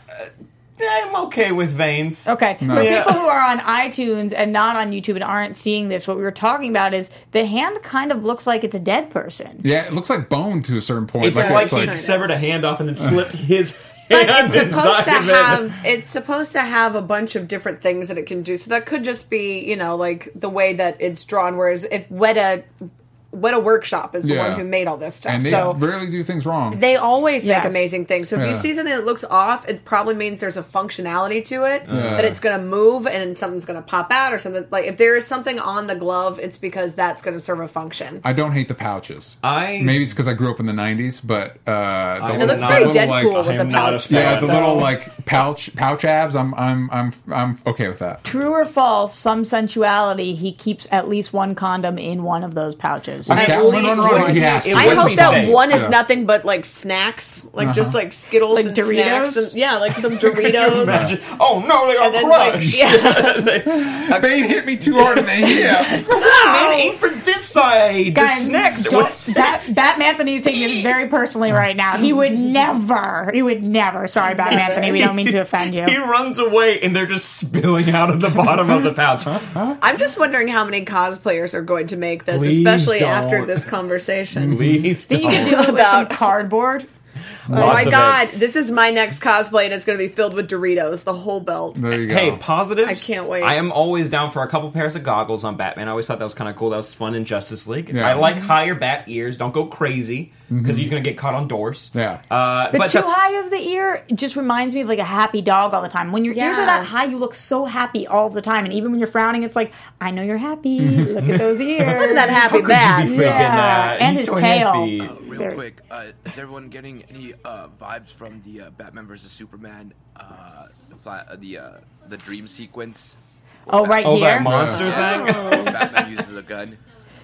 Speaker 6: I'm okay with veins.
Speaker 2: Okay. For
Speaker 6: Yeah.
Speaker 2: people who are on iTunes and not on YouTube and aren't seeing this, what we were talking about is the hand kind of looks like it's a dead person.
Speaker 7: Yeah, it looks like bone to a certain point.
Speaker 6: It's like,
Speaker 7: it's
Speaker 6: he
Speaker 7: like
Speaker 6: severed a hand off and then slipped his
Speaker 5: But
Speaker 6: hand
Speaker 5: it's supposed
Speaker 6: inside
Speaker 5: to
Speaker 6: of it.
Speaker 5: have it's supposed to have a bunch of different things that it can do. So that could just be, you know, like the way that it's drawn. Whereas if Weta Weta Workshop is the
Speaker 7: Yeah.
Speaker 5: one who made all this stuff.
Speaker 7: and they
Speaker 5: so
Speaker 7: rarely do things wrong.
Speaker 5: they always
Speaker 2: Yes.
Speaker 5: make amazing things. So if you
Speaker 7: Yeah.
Speaker 5: see something that looks off, it probably means there's a functionality to it
Speaker 7: Yeah.
Speaker 5: that it's going to move and something's going to pop out or something. Like if there is something on the glove, it's because that's going to serve a function.
Speaker 7: I don't hate the pouches.
Speaker 6: I-
Speaker 7: maybe it's because I grew up in the '90s, but uh, the
Speaker 6: am
Speaker 5: it looks
Speaker 6: not-
Speaker 5: very
Speaker 6: I
Speaker 7: little, like,
Speaker 5: Deadpool
Speaker 6: I
Speaker 5: with the
Speaker 6: am not a
Speaker 5: pouch.
Speaker 6: fan.
Speaker 7: Yeah, the
Speaker 6: though.
Speaker 7: little like pouch pouch abs. I'm I'm I'm I'm okay with that.
Speaker 2: True or false, some sensuality, he keeps at least one condom in one of those pouches.
Speaker 9: least.
Speaker 7: With
Speaker 9: At
Speaker 7: Catwoman
Speaker 9: least
Speaker 7: on Runaway,
Speaker 9: one.
Speaker 7: yes. It
Speaker 5: I
Speaker 6: was
Speaker 5: hope
Speaker 6: me
Speaker 5: that
Speaker 6: saying.
Speaker 5: one is
Speaker 7: Yeah.
Speaker 5: nothing but like snacks, like just like Skittles
Speaker 9: Like
Speaker 5: and
Speaker 9: Doritos?
Speaker 5: snacks and- yeah, like some Doritos.
Speaker 6: Imagine- Oh no, they are
Speaker 5: And then, like,
Speaker 6: crushed.
Speaker 5: yeah. Ah!
Speaker 7: Bane hit me too hard in the hip.
Speaker 6: They ain't for this side.
Speaker 2: Guys,
Speaker 6: the snacks. are-
Speaker 2: don't- Bat, Bat Anthony is taking this very personally right now. He would never. He would never. Sorry, Bat Anthony. We don't mean to offend
Speaker 6: He
Speaker 2: you.
Speaker 6: runs away, and they're just spilling out of the bottom of the pouch.
Speaker 5: I'm just wondering how many cosplayers are going to make this,
Speaker 10: Please
Speaker 5: especially
Speaker 10: don't.
Speaker 5: after this conversation.
Speaker 6: Please,
Speaker 2: Think you could
Speaker 6: don't.
Speaker 2: do it with some
Speaker 5: About-
Speaker 2: cardboard?
Speaker 5: Oh my
Speaker 6: Lots of
Speaker 5: god,
Speaker 6: egg.
Speaker 5: this is my next cosplay and it's going to be filled with Doritos, the whole belt.
Speaker 7: There you go.
Speaker 6: Hey, positives.
Speaker 5: I can't wait.
Speaker 6: I am always down for a couple pairs of goggles on Batman. I always thought that was kind of cool. That was fun in Justice League.
Speaker 7: Yeah. Mm-hmm.
Speaker 6: I like
Speaker 5: Mm-hmm.
Speaker 6: higher bat ears. Don't go crazy because he's going to get caught on doors.
Speaker 7: Yeah.
Speaker 6: Uh,
Speaker 2: The
Speaker 6: but
Speaker 2: too
Speaker 6: the-
Speaker 2: high of the ear just reminds me of like a happy dog all the time. When your ears are
Speaker 5: Yeah.
Speaker 2: that high, you look so happy all the time. And even when you're frowning, it's like, I know you're happy. Look at those ears.
Speaker 9: Look at that happy
Speaker 6: be
Speaker 9: bat.
Speaker 6: freaking,
Speaker 2: Yeah.
Speaker 6: uh,
Speaker 2: And
Speaker 6: he's
Speaker 2: his
Speaker 6: so
Speaker 2: tail. Oh,
Speaker 6: happy.
Speaker 8: Uh, real
Speaker 2: There-
Speaker 8: quick, uh, is everyone getting any uh, vibes from the uh, Batman vs Superman, uh, the, fla- uh, the uh, the dream sequence?
Speaker 2: Oh, right
Speaker 6: Oh,
Speaker 2: here.
Speaker 6: that monster thing.
Speaker 8: Batman uses a gun.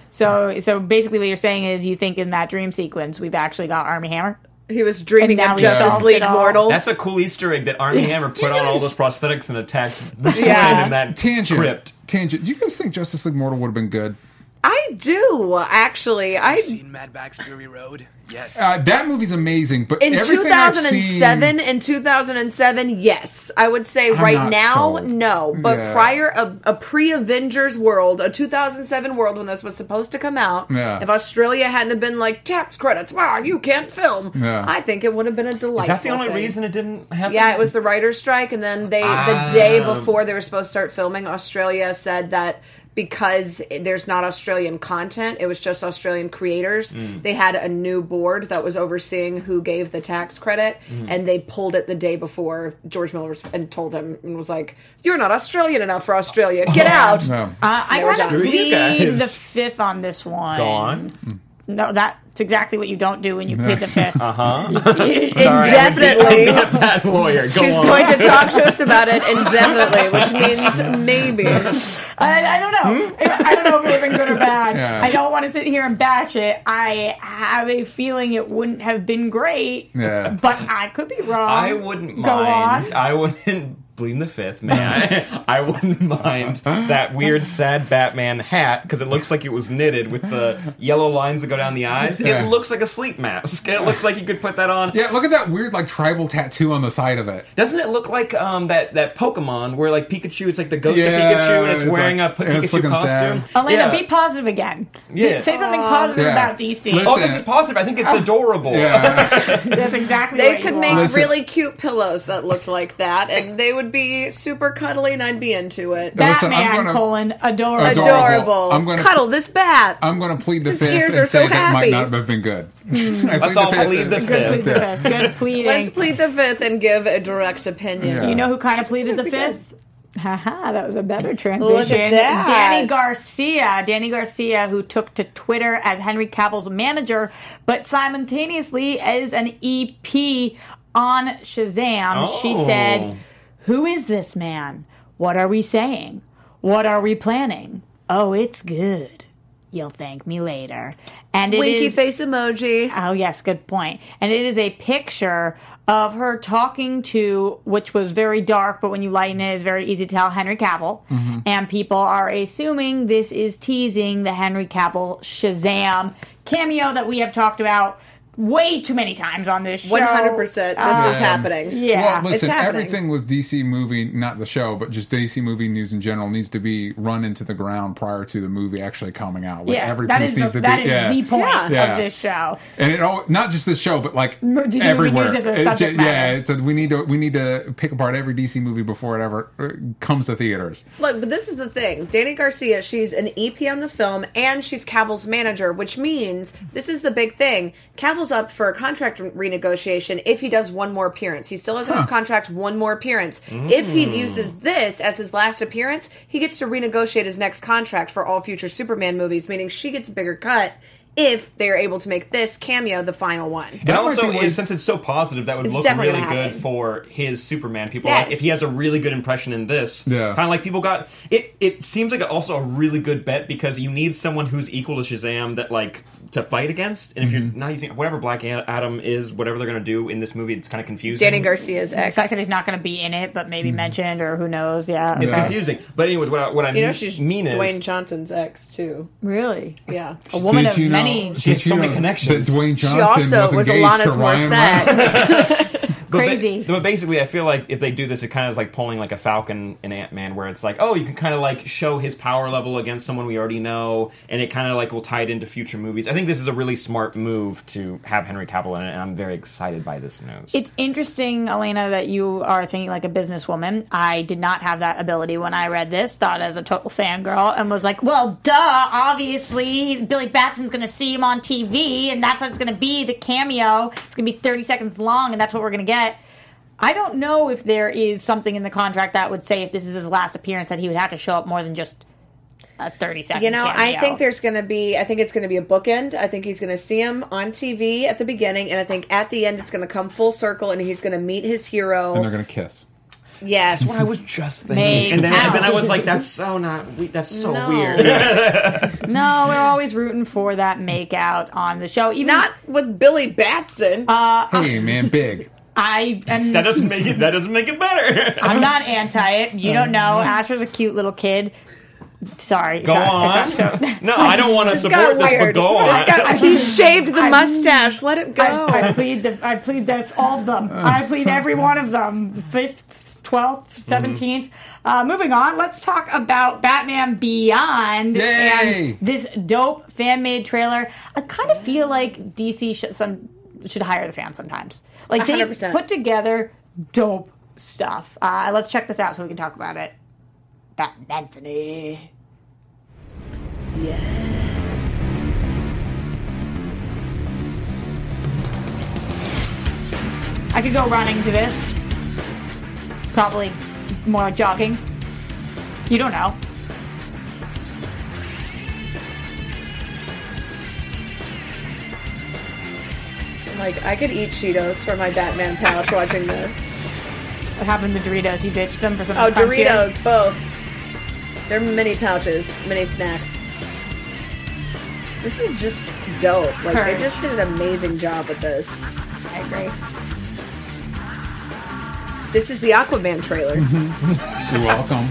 Speaker 2: so, so basically, what you're saying is, you think in that dream sequence, we've actually got Army Hammer.
Speaker 5: He was dreaming
Speaker 2: And now
Speaker 5: of
Speaker 2: we
Speaker 5: Justice
Speaker 2: solved it
Speaker 5: League
Speaker 2: all.
Speaker 5: Mortal.
Speaker 6: That's a cool Easter egg that Army Hammer put on all
Speaker 7: guys-
Speaker 6: those prosthetics and attacked the sword
Speaker 5: Yeah.
Speaker 6: in that
Speaker 7: tangent.
Speaker 6: crypt.
Speaker 7: Tangent. Do you guys think Justice League Mortal would have been good?
Speaker 5: I do actually. I
Speaker 8: Seen Mad Max Fury Road? Yes.
Speaker 7: Uh, that movie's amazing, but
Speaker 5: in
Speaker 7: everything I've
Speaker 5: 2007
Speaker 7: seen-
Speaker 5: in 2007 yes i would say right
Speaker 7: not
Speaker 5: now
Speaker 7: sold.
Speaker 5: no but
Speaker 7: Yeah.
Speaker 5: prior a, a pre-avengers world a 2007 world when this was supposed to come out
Speaker 7: Yeah.
Speaker 5: if australia hadn't have been like tax credits wow you can't film
Speaker 7: Yeah.
Speaker 5: i think it would have been a delightful
Speaker 6: Is that the only
Speaker 5: thing.
Speaker 6: reason it didn't happen?
Speaker 5: yeah, it was the writer's strike, and then they
Speaker 6: Ah.
Speaker 5: the day before they were supposed to start filming, Australia said that because there's not Australian content, it was just Australian creators. They had a new board that was overseeing who gave the tax credit, and they pulled it the day before George Miller was, and told him and was like, "You're not Australian enough for Australia. Get out."
Speaker 7: No.
Speaker 2: Uh, I
Speaker 5: There we
Speaker 2: kind
Speaker 5: go.
Speaker 2: of
Speaker 6: Screw you
Speaker 2: plead
Speaker 6: guys.
Speaker 2: the fifth on this one.
Speaker 6: gone.
Speaker 2: No, that's exactly what you don't do when you plead the fifth.
Speaker 7: Uh-huh.
Speaker 2: Uh huh.
Speaker 5: Indefinitely.
Speaker 6: Bad lawyer. Go
Speaker 5: She's
Speaker 6: on.
Speaker 5: going to talk to us about it indefinitely, which means maybe.
Speaker 2: I, I don't know. I don't know if it would have been good or bad.
Speaker 7: Hmm? Yeah.
Speaker 2: I don't want to sit here and bash it. I have a feeling it wouldn't have been great.
Speaker 7: Yeah.
Speaker 2: But I could be wrong.
Speaker 6: I wouldn't
Speaker 2: Go
Speaker 6: mind.
Speaker 2: on.
Speaker 6: Uh, I wouldn't blame the fifth man. I wouldn't mind that weird sad Batman hat because it looks like it was knitted with the yellow lines that go down the eyes.
Speaker 7: Yeah.
Speaker 6: It looks like a sleep mask. It looks like you could put that on.
Speaker 7: Yeah, look at that weird like tribal tattoo on the side of it.
Speaker 6: Doesn't it look like um, that that Pokemon where like Pikachu? It's like the ghost
Speaker 7: Yeah,
Speaker 6: of Pikachu, and it's,
Speaker 7: it's
Speaker 6: wearing
Speaker 7: like-
Speaker 6: a
Speaker 7: and
Speaker 6: Pikachu
Speaker 7: it's looking
Speaker 6: costume.
Speaker 7: sad.
Speaker 2: Elena,
Speaker 6: Yeah.
Speaker 2: be positive again.
Speaker 6: Yeah.
Speaker 2: Say something positive
Speaker 7: Yeah.
Speaker 2: about DC.
Speaker 7: Listen.
Speaker 6: Oh, this is positive. I think it's adorable.
Speaker 7: Yeah,
Speaker 2: That's exactly
Speaker 5: They
Speaker 2: what
Speaker 5: could
Speaker 2: you
Speaker 5: make
Speaker 2: want.
Speaker 7: Listen.
Speaker 5: really cute pillows that looked like that, and they would be super cuddly, and I'd be into it.
Speaker 7: That- Listen, I'm
Speaker 2: Batman,
Speaker 7: gonna-
Speaker 2: colon, adorable.
Speaker 7: Adorable.
Speaker 5: Adorable.
Speaker 7: I'm gonna-
Speaker 5: cuddle this bat.
Speaker 7: I'm going to plead the fifth
Speaker 5: ears
Speaker 7: and
Speaker 5: are so
Speaker 7: say that it might
Speaker 5: happy.
Speaker 7: not have been good. I
Speaker 6: Let's
Speaker 7: plead
Speaker 6: all plead the
Speaker 2: Good
Speaker 6: fifth.
Speaker 2: plead the fifth. Good pleading.
Speaker 5: Let's plead the fifth and give a direct opinion.
Speaker 7: Yeah.
Speaker 2: You know who kind of pleaded the fifth? Haha, that was a better transition. Danny
Speaker 5: that.
Speaker 2: Garcia. Danny Garcia, who took to Twitter as Henry Cavill's manager, but simultaneously as an EP on Shazam. She
Speaker 6: Oh.
Speaker 2: said, Who is this man? What are we saying? What are we planning? Oh, it's good. You'll thank me later. And it
Speaker 5: Winky
Speaker 2: is-
Speaker 5: face emoji.
Speaker 2: Oh yes, good point. And it is a picture of her talking to, which was very dark, but when you lighten it, it's very easy to tell Henry Cavill.
Speaker 7: Mm-hmm.
Speaker 2: And people are assuming this is teasing the Henry Cavill Shazam cameo that we have talked about way too many times on this show. Uh,
Speaker 5: One hundred percent. This is
Speaker 7: Um,
Speaker 5: happening.
Speaker 2: Yeah,
Speaker 7: well, listen,
Speaker 5: it's happening.
Speaker 7: everything with DC movie, not the show, but just DC movie news in general, needs to be run into the ground prior to the movie actually coming out. Like
Speaker 2: yeah.
Speaker 7: every
Speaker 2: that
Speaker 7: piece
Speaker 2: is the,
Speaker 7: needs to
Speaker 2: that
Speaker 7: be.
Speaker 2: is
Speaker 7: yeah.
Speaker 2: the point
Speaker 5: Yeah.
Speaker 2: of
Speaker 7: Yeah.
Speaker 2: this show.
Speaker 7: and it all not just this show, but like
Speaker 2: DC movie
Speaker 7: everywhere.
Speaker 2: news is a
Speaker 7: It's
Speaker 2: subject
Speaker 7: ju- yeah,
Speaker 2: matter.
Speaker 7: it's a, we need to we need to pick apart every DC movie before it ever uh, comes to theaters.
Speaker 5: Look, but this is the thing. Danny Garcia, she's an EP on the film and she's Cavill's manager, which means this is the big thing. Cavill's up for a contract renegotiation if he does one more appearance. He still has in his contract one more appearance. If he uses this as his last appearance, he gets to renegotiate his next contract for all future Superman movies, meaning she gets a bigger cut.
Speaker 11: if they're able to make this cameo the final one.
Speaker 6: And
Speaker 7: That might
Speaker 6: also,
Speaker 7: be where-
Speaker 6: it- since it's so positive, that would
Speaker 11: It's
Speaker 6: look
Speaker 11: definitely
Speaker 6: really
Speaker 11: gonna
Speaker 6: good
Speaker 11: happen.
Speaker 6: for his Superman. People are
Speaker 11: Yes.
Speaker 6: like if he has a really good impression in this,
Speaker 7: Yeah.
Speaker 6: kind of like people got it. It seems like also a really good bet because you need someone who's equal to Shazam that like to fight against. And if
Speaker 7: Mm-hmm.
Speaker 6: you're not using whatever Black Ad- Adam is, whatever they're going to do in this movie, it's kind of confusing.
Speaker 11: Danny Garcia's
Speaker 2: The
Speaker 11: ex.
Speaker 2: fact that he's not going to be in it, but maybe
Speaker 7: Mm-hmm.
Speaker 2: mentioned or who knows. Yeah.
Speaker 6: It's
Speaker 2: okay.
Speaker 6: confusing. But anyways, what I, what I
Speaker 11: You know
Speaker 6: mean-
Speaker 11: she's
Speaker 6: mean is
Speaker 11: Dwayne Johnson's ex too.
Speaker 2: Really?
Speaker 11: Yeah.
Speaker 2: A woman
Speaker 7: Did
Speaker 2: of
Speaker 7: you know-
Speaker 2: many.
Speaker 7: did
Speaker 6: She has
Speaker 7: you
Speaker 6: so many
Speaker 7: know
Speaker 6: connections.
Speaker 7: That Dwayne
Speaker 11: She
Speaker 7: Johnson
Speaker 11: also was
Speaker 7: was engaged to
Speaker 11: Alanis
Speaker 7: Ryan Reynolds.
Speaker 11: Morissette.
Speaker 6: But ba-
Speaker 2: Crazy.
Speaker 6: but basically, I feel like if they do this, it kind of is like pulling like a Falcon and Ant Man, where it's like, oh, you can kind of like show his power level against someone we already know, and it kind of like will tie it into future movies. I think this is a really smart move to have Henry Cavill in it, and I'm very excited by this news.
Speaker 2: It's interesting, Elena, that you are thinking like a businesswoman. I did not have that ability when I read this. Thought as a total fangirl and was like, "Well, duh! Obviously, Billy Batson's going to see him on TV, and that's what's going to be the cameo. It's going to be thirty seconds long, and that's what we're going to get." I don't know if there is something in the contract that would say if this is his last appearance that he would have to show up more than just a thirty second.
Speaker 11: You know, I
Speaker 2: cameo.
Speaker 11: think there's going to be. I think it's going to be a bookend. I think he's going to see him on TV at the beginning, and I think at the end it's going to come full circle, and he's going to meet his hero.
Speaker 7: And they're going to kiss.
Speaker 11: yes,
Speaker 6: I was just
Speaker 2: Made
Speaker 6: and then, and then I
Speaker 2: out.
Speaker 6: was like, that's so not, we- that's so
Speaker 11: No.
Speaker 6: weird.
Speaker 2: no. We're always rooting for that make out on the show, even
Speaker 11: not with Billy Batson.
Speaker 7: Hey, man, big.
Speaker 2: I am
Speaker 6: that doesn't make it. That doesn't make it better.
Speaker 2: I'm not anti it. You don't know. Asher's a cute little kid. Sorry.
Speaker 6: Go on. No, I don't want to
Speaker 11: got
Speaker 6: support this, but
Speaker 11: weird.
Speaker 6: go on.
Speaker 11: he shaved the
Speaker 2: I-
Speaker 11: mustache. Let it go.
Speaker 2: I, I plead the I plead the all of them. I plead every one of them. Fifth, twelfth,
Speaker 6: Mm-hmm.
Speaker 2: 17th Uh, moving on, let's talk about Batman Beyond
Speaker 7: Yay!
Speaker 2: and this dope fan made trailer. I kind of feel like DC should, some should hire the fans sometimes. Like they
Speaker 11: 100%.
Speaker 2: put together dope stuff. Uh, let's check this out so we can talk about it. Batman Anthony. I could go running to this. Probably more like jogging. You don't know.
Speaker 11: like I could eat Cheetos for my Batman pouch watching this.
Speaker 2: What happened to Doritos? You ditched them for something.
Speaker 11: Oh,
Speaker 2: crunchier?
Speaker 11: Doritos, both. They're mini pouches, mini snacks. This is just dope. Like they
Speaker 2: Purr.
Speaker 11: just did an amazing job with this.
Speaker 2: I agree.
Speaker 11: This is the Aquaman trailer.
Speaker 7: You're welcome.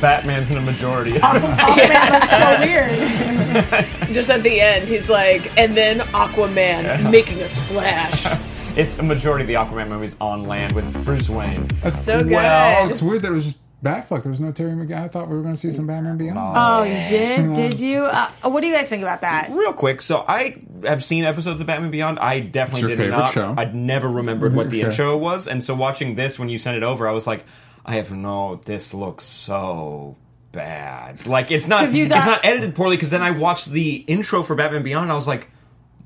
Speaker 6: Batman's in the majority.
Speaker 2: Oh man, that's so weird.
Speaker 11: Just at the end, he's like, and then Aquaman making a splash.
Speaker 6: it's a majority of the Aquaman movies on land with Bruce Wayne.
Speaker 11: So good.
Speaker 7: Well, it's weird that it was just Batfleck. There was no Terry McGuire. I thought we were going to see some Batman Beyond.
Speaker 2: Oh, you
Speaker 7: Mm-hmm.
Speaker 2: did? Did you? Uh, what do you guys think about that?
Speaker 6: Real quick, so I have seen episodes of Batman Beyond. I definitely
Speaker 7: It's your
Speaker 6: did
Speaker 7: favorite
Speaker 6: not.
Speaker 7: show. Mm-hmm.
Speaker 6: I'd never remembered what the
Speaker 7: Okay.
Speaker 6: intro was, and so watching this when you sent it over, I was like, I have no. This looks so bad. Like it's not.
Speaker 2: 'Cause you
Speaker 6: it's
Speaker 2: thought-
Speaker 6: not edited poorly because then I watched the intro for Batman Beyond. and I was like.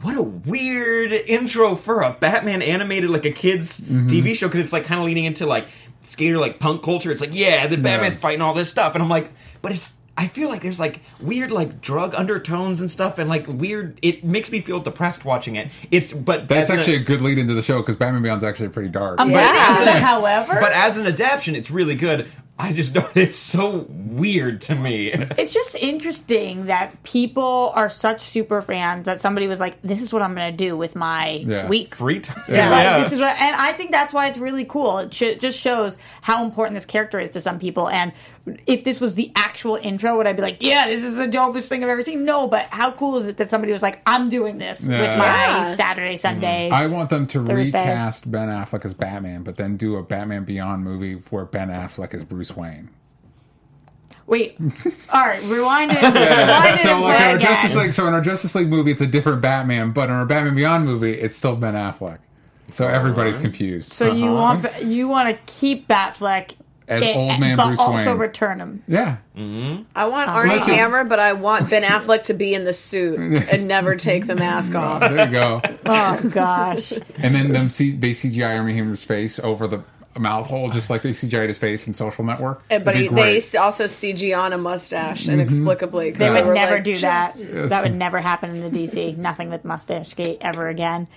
Speaker 6: What a weird intro for a Batman animated like a kids
Speaker 7: Mm-hmm.
Speaker 6: TV show because it's like kind of leaning into like skater like punk culture. It's like yeah, the Batman's
Speaker 7: Yeah.
Speaker 6: fighting all this stuff, and I'm like, but it's. I feel like there's like weird like drug undertones and stuff, and like weird. It makes me feel depressed watching it. It's but
Speaker 7: That's
Speaker 6: as an-
Speaker 7: actually a good lead into the show because Batman Beyond's actually pretty dark.
Speaker 2: Amazing, However,
Speaker 6: but as an adaptation, it's really good. I just don't. It's so weird to me.
Speaker 2: it's just interesting that people are such super fans that somebody was like, "This is what I'm going to do with my
Speaker 7: Yeah.
Speaker 2: week."
Speaker 6: Free time.
Speaker 2: Yeah. This is what, and I think that's why it's really cool. It sh- just shows how important this character is to some people. And if this was the actual intro, would I be like, "Yeah, this is the dopest thing I've ever seen"? No, but how cool is it that somebody was like, "I'm doing this with
Speaker 7: Yeah. Mm-hmm.
Speaker 2: my
Speaker 11: Yeah.
Speaker 2: Saturday, Sunday."
Speaker 7: I want them to
Speaker 2: Thursday.
Speaker 7: recast Ben Affleck as Batman, but then do a Batman Beyond movie where Ben Affleck is Bruce Wayne.
Speaker 2: Wait, all right, rewind it. Rewind it
Speaker 7: So
Speaker 2: and
Speaker 7: like
Speaker 2: play
Speaker 7: in our
Speaker 2: again.
Speaker 7: Justice League, so in our Justice League movie, it's a different Batman, but in our Batman Beyond movie, it's still Ben Affleck. So everybody's confused.
Speaker 2: So you want you want to keep Batfleck
Speaker 7: Uh-huh. As
Speaker 2: eh,
Speaker 7: old man
Speaker 2: but
Speaker 7: Bruce
Speaker 2: also
Speaker 7: Wayne.
Speaker 2: return him.
Speaker 7: yeah,
Speaker 11: I want Army
Speaker 7: Listen.
Speaker 11: Hammer, but I want Ben Affleck to be in the suit and never take the mask off.
Speaker 7: there you go.
Speaker 2: Oh gosh,
Speaker 7: And then them see they CGI Army Hammer's face over the mouth hole, just like they CGI'd his face in Social Network.
Speaker 11: Eh,
Speaker 7: It'd
Speaker 11: Uh, But
Speaker 7: be
Speaker 11: he, they
Speaker 7: great.
Speaker 11: s- also CG on a mustache inexplicably. 'cause
Speaker 2: They would
Speaker 11: were
Speaker 2: never
Speaker 11: like,
Speaker 2: do
Speaker 11: "Just
Speaker 2: that. That would never happen in the DC. Nothing with Mustache Gate ever again.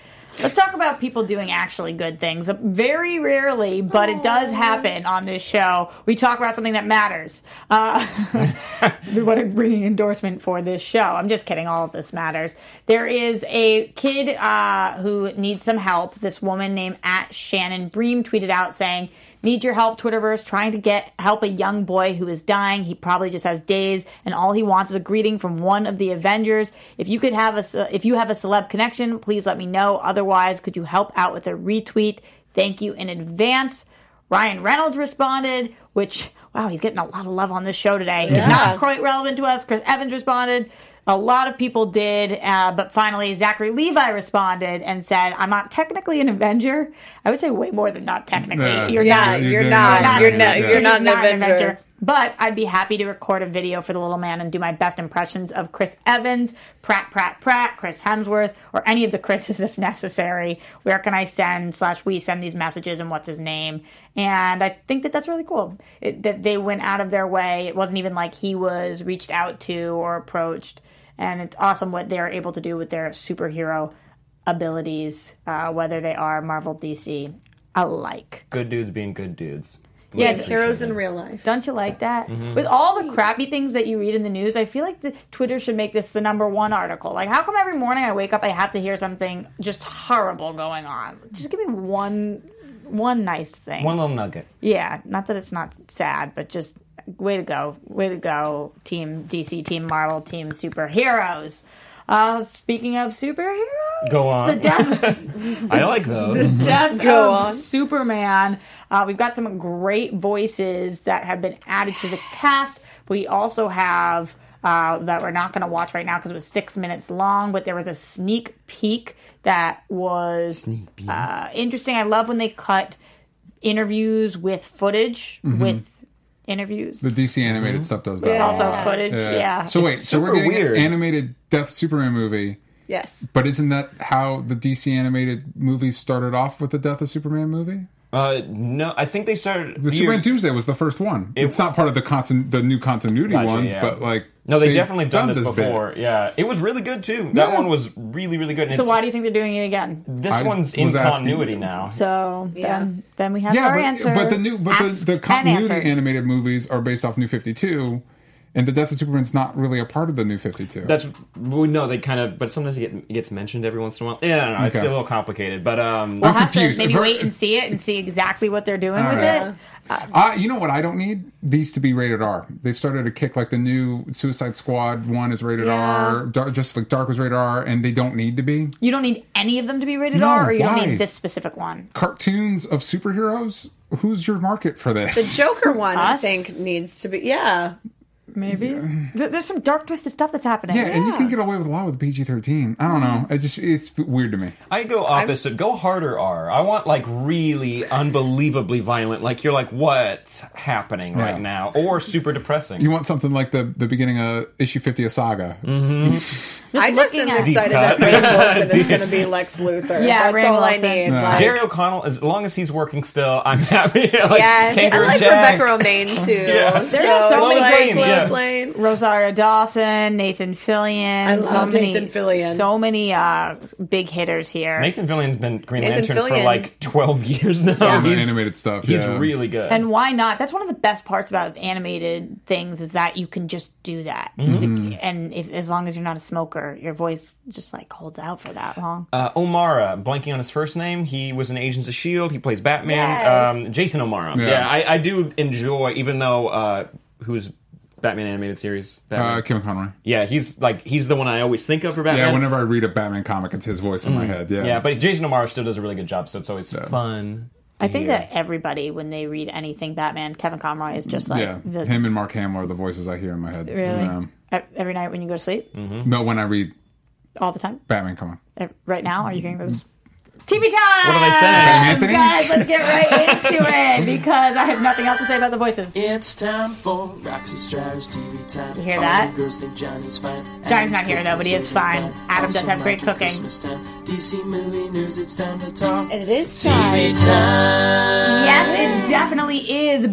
Speaker 2: Let's talk about people doing actually good things. Very rarely, but it does happen on this show. We talk about something that matters. Uh, what a ringing endorsement for this show. I'm just kidding. All of this matters. There is a kid uh, who needs some help. This woman named at Shannon Bream tweeted out saying, Need your help, Twitterverse, trying to get help a young boy who is dying. He probably just has days, and all he wants is a greeting from one of the Avengers. If you could have a, ce- if you have a celeb connection, please let me know. Otherwise, could you help out with a retweet? Thank you in advance. Ryan Reynolds responded, which wow, he's getting a lot of love on this show today. He's not quite relevant to us. Chris Evans responded. A lot of people did, uh, but finally Zachary Levi responded and said, "I'm not technically an Avenger. I would say way more than not technically.
Speaker 7: Yeah.
Speaker 2: You're
Speaker 7: Yeah,
Speaker 2: not.
Speaker 11: You're,
Speaker 7: You're
Speaker 11: not.
Speaker 7: not-
Speaker 11: You're
Speaker 7: you're
Speaker 11: not.
Speaker 7: not.
Speaker 11: You're not an
Speaker 2: You're
Speaker 11: Avenger.
Speaker 2: But I'd be happy to record a video for the little man and do my best impressions of Chris Evans, Pratt, Pratt, Pratt, Chris Hemsworth, or any of the Chris's if necessary. Where can I send slash we send these messages and what's his name? And I think that that's really cool it, that they went out of their way. It wasn't even like he was reached out to or approached. And it's awesome what they're able to do with their superhero abilities, uh, whether they are Marvel, DC alike.
Speaker 6: Good dudes being good dudes.
Speaker 2: Yeah,
Speaker 6: Much
Speaker 5: Heroes
Speaker 6: appreciated.
Speaker 5: in real life.
Speaker 2: Don't you like that?
Speaker 6: Mm-hmm.
Speaker 2: With all the crappy things that you read in the news, I feel like the Twitter should make this the number one article. Like, how come every morning I wake up, I have to hear something just horrible going on? Just give me one, one nice thing.
Speaker 6: One little nugget.
Speaker 2: yeah, not that it's not sad, but just way to go, way to go, Team DC, Team Marvel, Team Superheroes. Uh, speaking of superheroes,
Speaker 6: Go on.
Speaker 2: the death
Speaker 6: I like those.
Speaker 2: death
Speaker 11: Go
Speaker 2: of
Speaker 11: on.
Speaker 2: Superman. Uh, we've got some great voices that have been added to the cast. We also have uh, that we're not going to watch right now because it was six minutes long, but there was a sneak peek that was Uh, interesting. I love when they cut interviews with footage with interviews.
Speaker 7: Mm-hmm. The DC animated stuff does that.
Speaker 2: also footage, yeah.
Speaker 7: So wait, so we're
Speaker 6: Mm-hmm. super
Speaker 7: getting
Speaker 6: weird.
Speaker 7: an animated Death Superman movie,
Speaker 11: Yes.
Speaker 7: but isn't that how the DC animated movies started off with the Death of Superman movie?
Speaker 6: Uh, no, I think they started.
Speaker 7: The
Speaker 6: weird-
Speaker 7: Superman Doomsday was the first one. it's not part of the continu- the new continuity
Speaker 6: Gotcha,
Speaker 7: ones,
Speaker 6: yeah.
Speaker 7: but like
Speaker 6: No, they
Speaker 7: they've
Speaker 6: definitely done, this,
Speaker 7: bit.
Speaker 6: before. Yeah, it was really good too. That
Speaker 7: Yeah.
Speaker 6: one was really, really good. And
Speaker 2: so
Speaker 6: it's-
Speaker 2: why do you think they're doing it again?
Speaker 6: this
Speaker 7: I
Speaker 6: one's in
Speaker 7: was asking-
Speaker 6: continuity now?
Speaker 2: So then, then we have
Speaker 7: Yeah,
Speaker 2: our
Speaker 7: but,
Speaker 2: answer.
Speaker 7: but the new but
Speaker 2: Asked
Speaker 7: the, the
Speaker 2: and
Speaker 7: continuity
Speaker 2: answered.
Speaker 7: animated movies are based off New Fifty Two, and the Death of Superman's not really a part of the New Fifty Two.
Speaker 6: That's well, no, they kind of, but sometimes it, get, it gets mentioned every once in a while. Yeah, I don't know. It's a
Speaker 7: Okay.
Speaker 6: little complicated, but um,
Speaker 2: We'll have to
Speaker 7: confused.
Speaker 2: maybe
Speaker 7: Her-
Speaker 2: wait and see it and see exactly what they're doing with
Speaker 7: right.
Speaker 2: it.
Speaker 7: Uh, you know what I don't need? These to be rated R. They've started to kick like the new Suicide Squad one is rated R, Dark, just like Dark was rated R, and they don't need to be.
Speaker 2: You don't need any of them to be rated
Speaker 7: No,
Speaker 2: R, or you
Speaker 7: why?
Speaker 2: don't need this specific one.
Speaker 7: Cartoons of superheroes? Who's your market for this?
Speaker 11: The Joker one, I
Speaker 2: Us?
Speaker 11: think, needs to be. Yeah.
Speaker 2: Maybe Th- there's some dark twisted stuff that's happening.
Speaker 7: Yeah, and you can get away with a lot with PG thirteen. I don't know. It just it's weird to me.
Speaker 6: I go opposite. go harder R. I want like really unbelievably violent. Like you're like, what's happening
Speaker 7: Yeah.
Speaker 6: right now? Or super depressing.
Speaker 7: You want something like the the beginning of issue fifty of Saga.
Speaker 6: Mm-hmm.
Speaker 11: I just
Speaker 2: looking
Speaker 11: am
Speaker 2: at-
Speaker 11: excited that Rain Wilson is going to be Lex Luthor.
Speaker 2: Yeah,
Speaker 11: That's
Speaker 2: Rainn
Speaker 11: all
Speaker 2: Wilson.
Speaker 11: I need.
Speaker 7: Yeah.
Speaker 11: Like,
Speaker 6: Jerry O'Connell, as long as he's working still, I'm happy. like,
Speaker 11: yes. I
Speaker 6: Kangaroo
Speaker 11: like
Speaker 6: Jack.
Speaker 11: Rebecca Romaine, too.
Speaker 6: Yeah.
Speaker 11: There's
Speaker 2: so many
Speaker 6: great- yeah.
Speaker 2: Rosario Dawson, Nathan Fillion,
Speaker 11: I
Speaker 2: so
Speaker 11: love
Speaker 2: many,
Speaker 11: Nathan Fillion.
Speaker 2: so many uh, big hitters here.
Speaker 6: Nathan Fillion's been Green
Speaker 11: Nathan
Speaker 6: Lantern for
Speaker 11: Fillion.
Speaker 6: like 12 years now.
Speaker 7: Yeah, the
Speaker 6: He's-
Speaker 7: animated stuff.
Speaker 6: He's
Speaker 7: yeah.
Speaker 6: really good.
Speaker 2: and why not? That's one of the best parts about animated things is that you can just do that,
Speaker 7: Mm-hmm.
Speaker 2: and if, as long as you're not a smoker, your voice just like holds out for that long.
Speaker 6: uh, Omara, blanking on his first name, he was in Agents of Shield. E He plays Batman.
Speaker 11: Yes.
Speaker 6: Um, Jason Omara. Yeah,
Speaker 7: Yeah.
Speaker 6: I, I do enjoy, even though uh, who's Batman animated series? Batman.
Speaker 7: Uh, Kim Conroy.
Speaker 6: yeah, he's like he's the one I always think of for Batman.
Speaker 7: Yeah, whenever I read a Batman comic, it's his voice in my head. Yeah,
Speaker 6: Yeah, but Jason Omara still does a really good job, so it's always fun.
Speaker 2: I think that everybody, when they read anything Batman, Kevin Conroy is just like
Speaker 7: yeah,
Speaker 2: the,
Speaker 7: him and Mark Hamill are the voices I hear in my head.
Speaker 2: really
Speaker 7: Yeah.
Speaker 2: E- every night when you go to sleep,
Speaker 6: Mm.
Speaker 7: No, when I read
Speaker 2: all the time.
Speaker 7: Batman, come on.
Speaker 2: E- Right now, are you hearing those? TV time.
Speaker 6: What are they saying?
Speaker 7: Anthony?
Speaker 2: Guys, let's get right into it because I have nothing else to say about the voices.
Speaker 12: It's time for Roxy Strives TV time.
Speaker 2: You hear
Speaker 12: All
Speaker 2: that?
Speaker 12: the Girls think Johnny's fine.
Speaker 2: Johnny's
Speaker 12: Adam's
Speaker 2: not here, though, but he
Speaker 12: cooking's
Speaker 2: is fine.
Speaker 12: so fun.
Speaker 2: Adam does
Speaker 12: Also
Speaker 2: have great
Speaker 12: Mike at
Speaker 2: cooking.
Speaker 12: Christmas time. DC movie news, it's time to talk.
Speaker 11: It is
Speaker 12: TV time.
Speaker 2: Yes,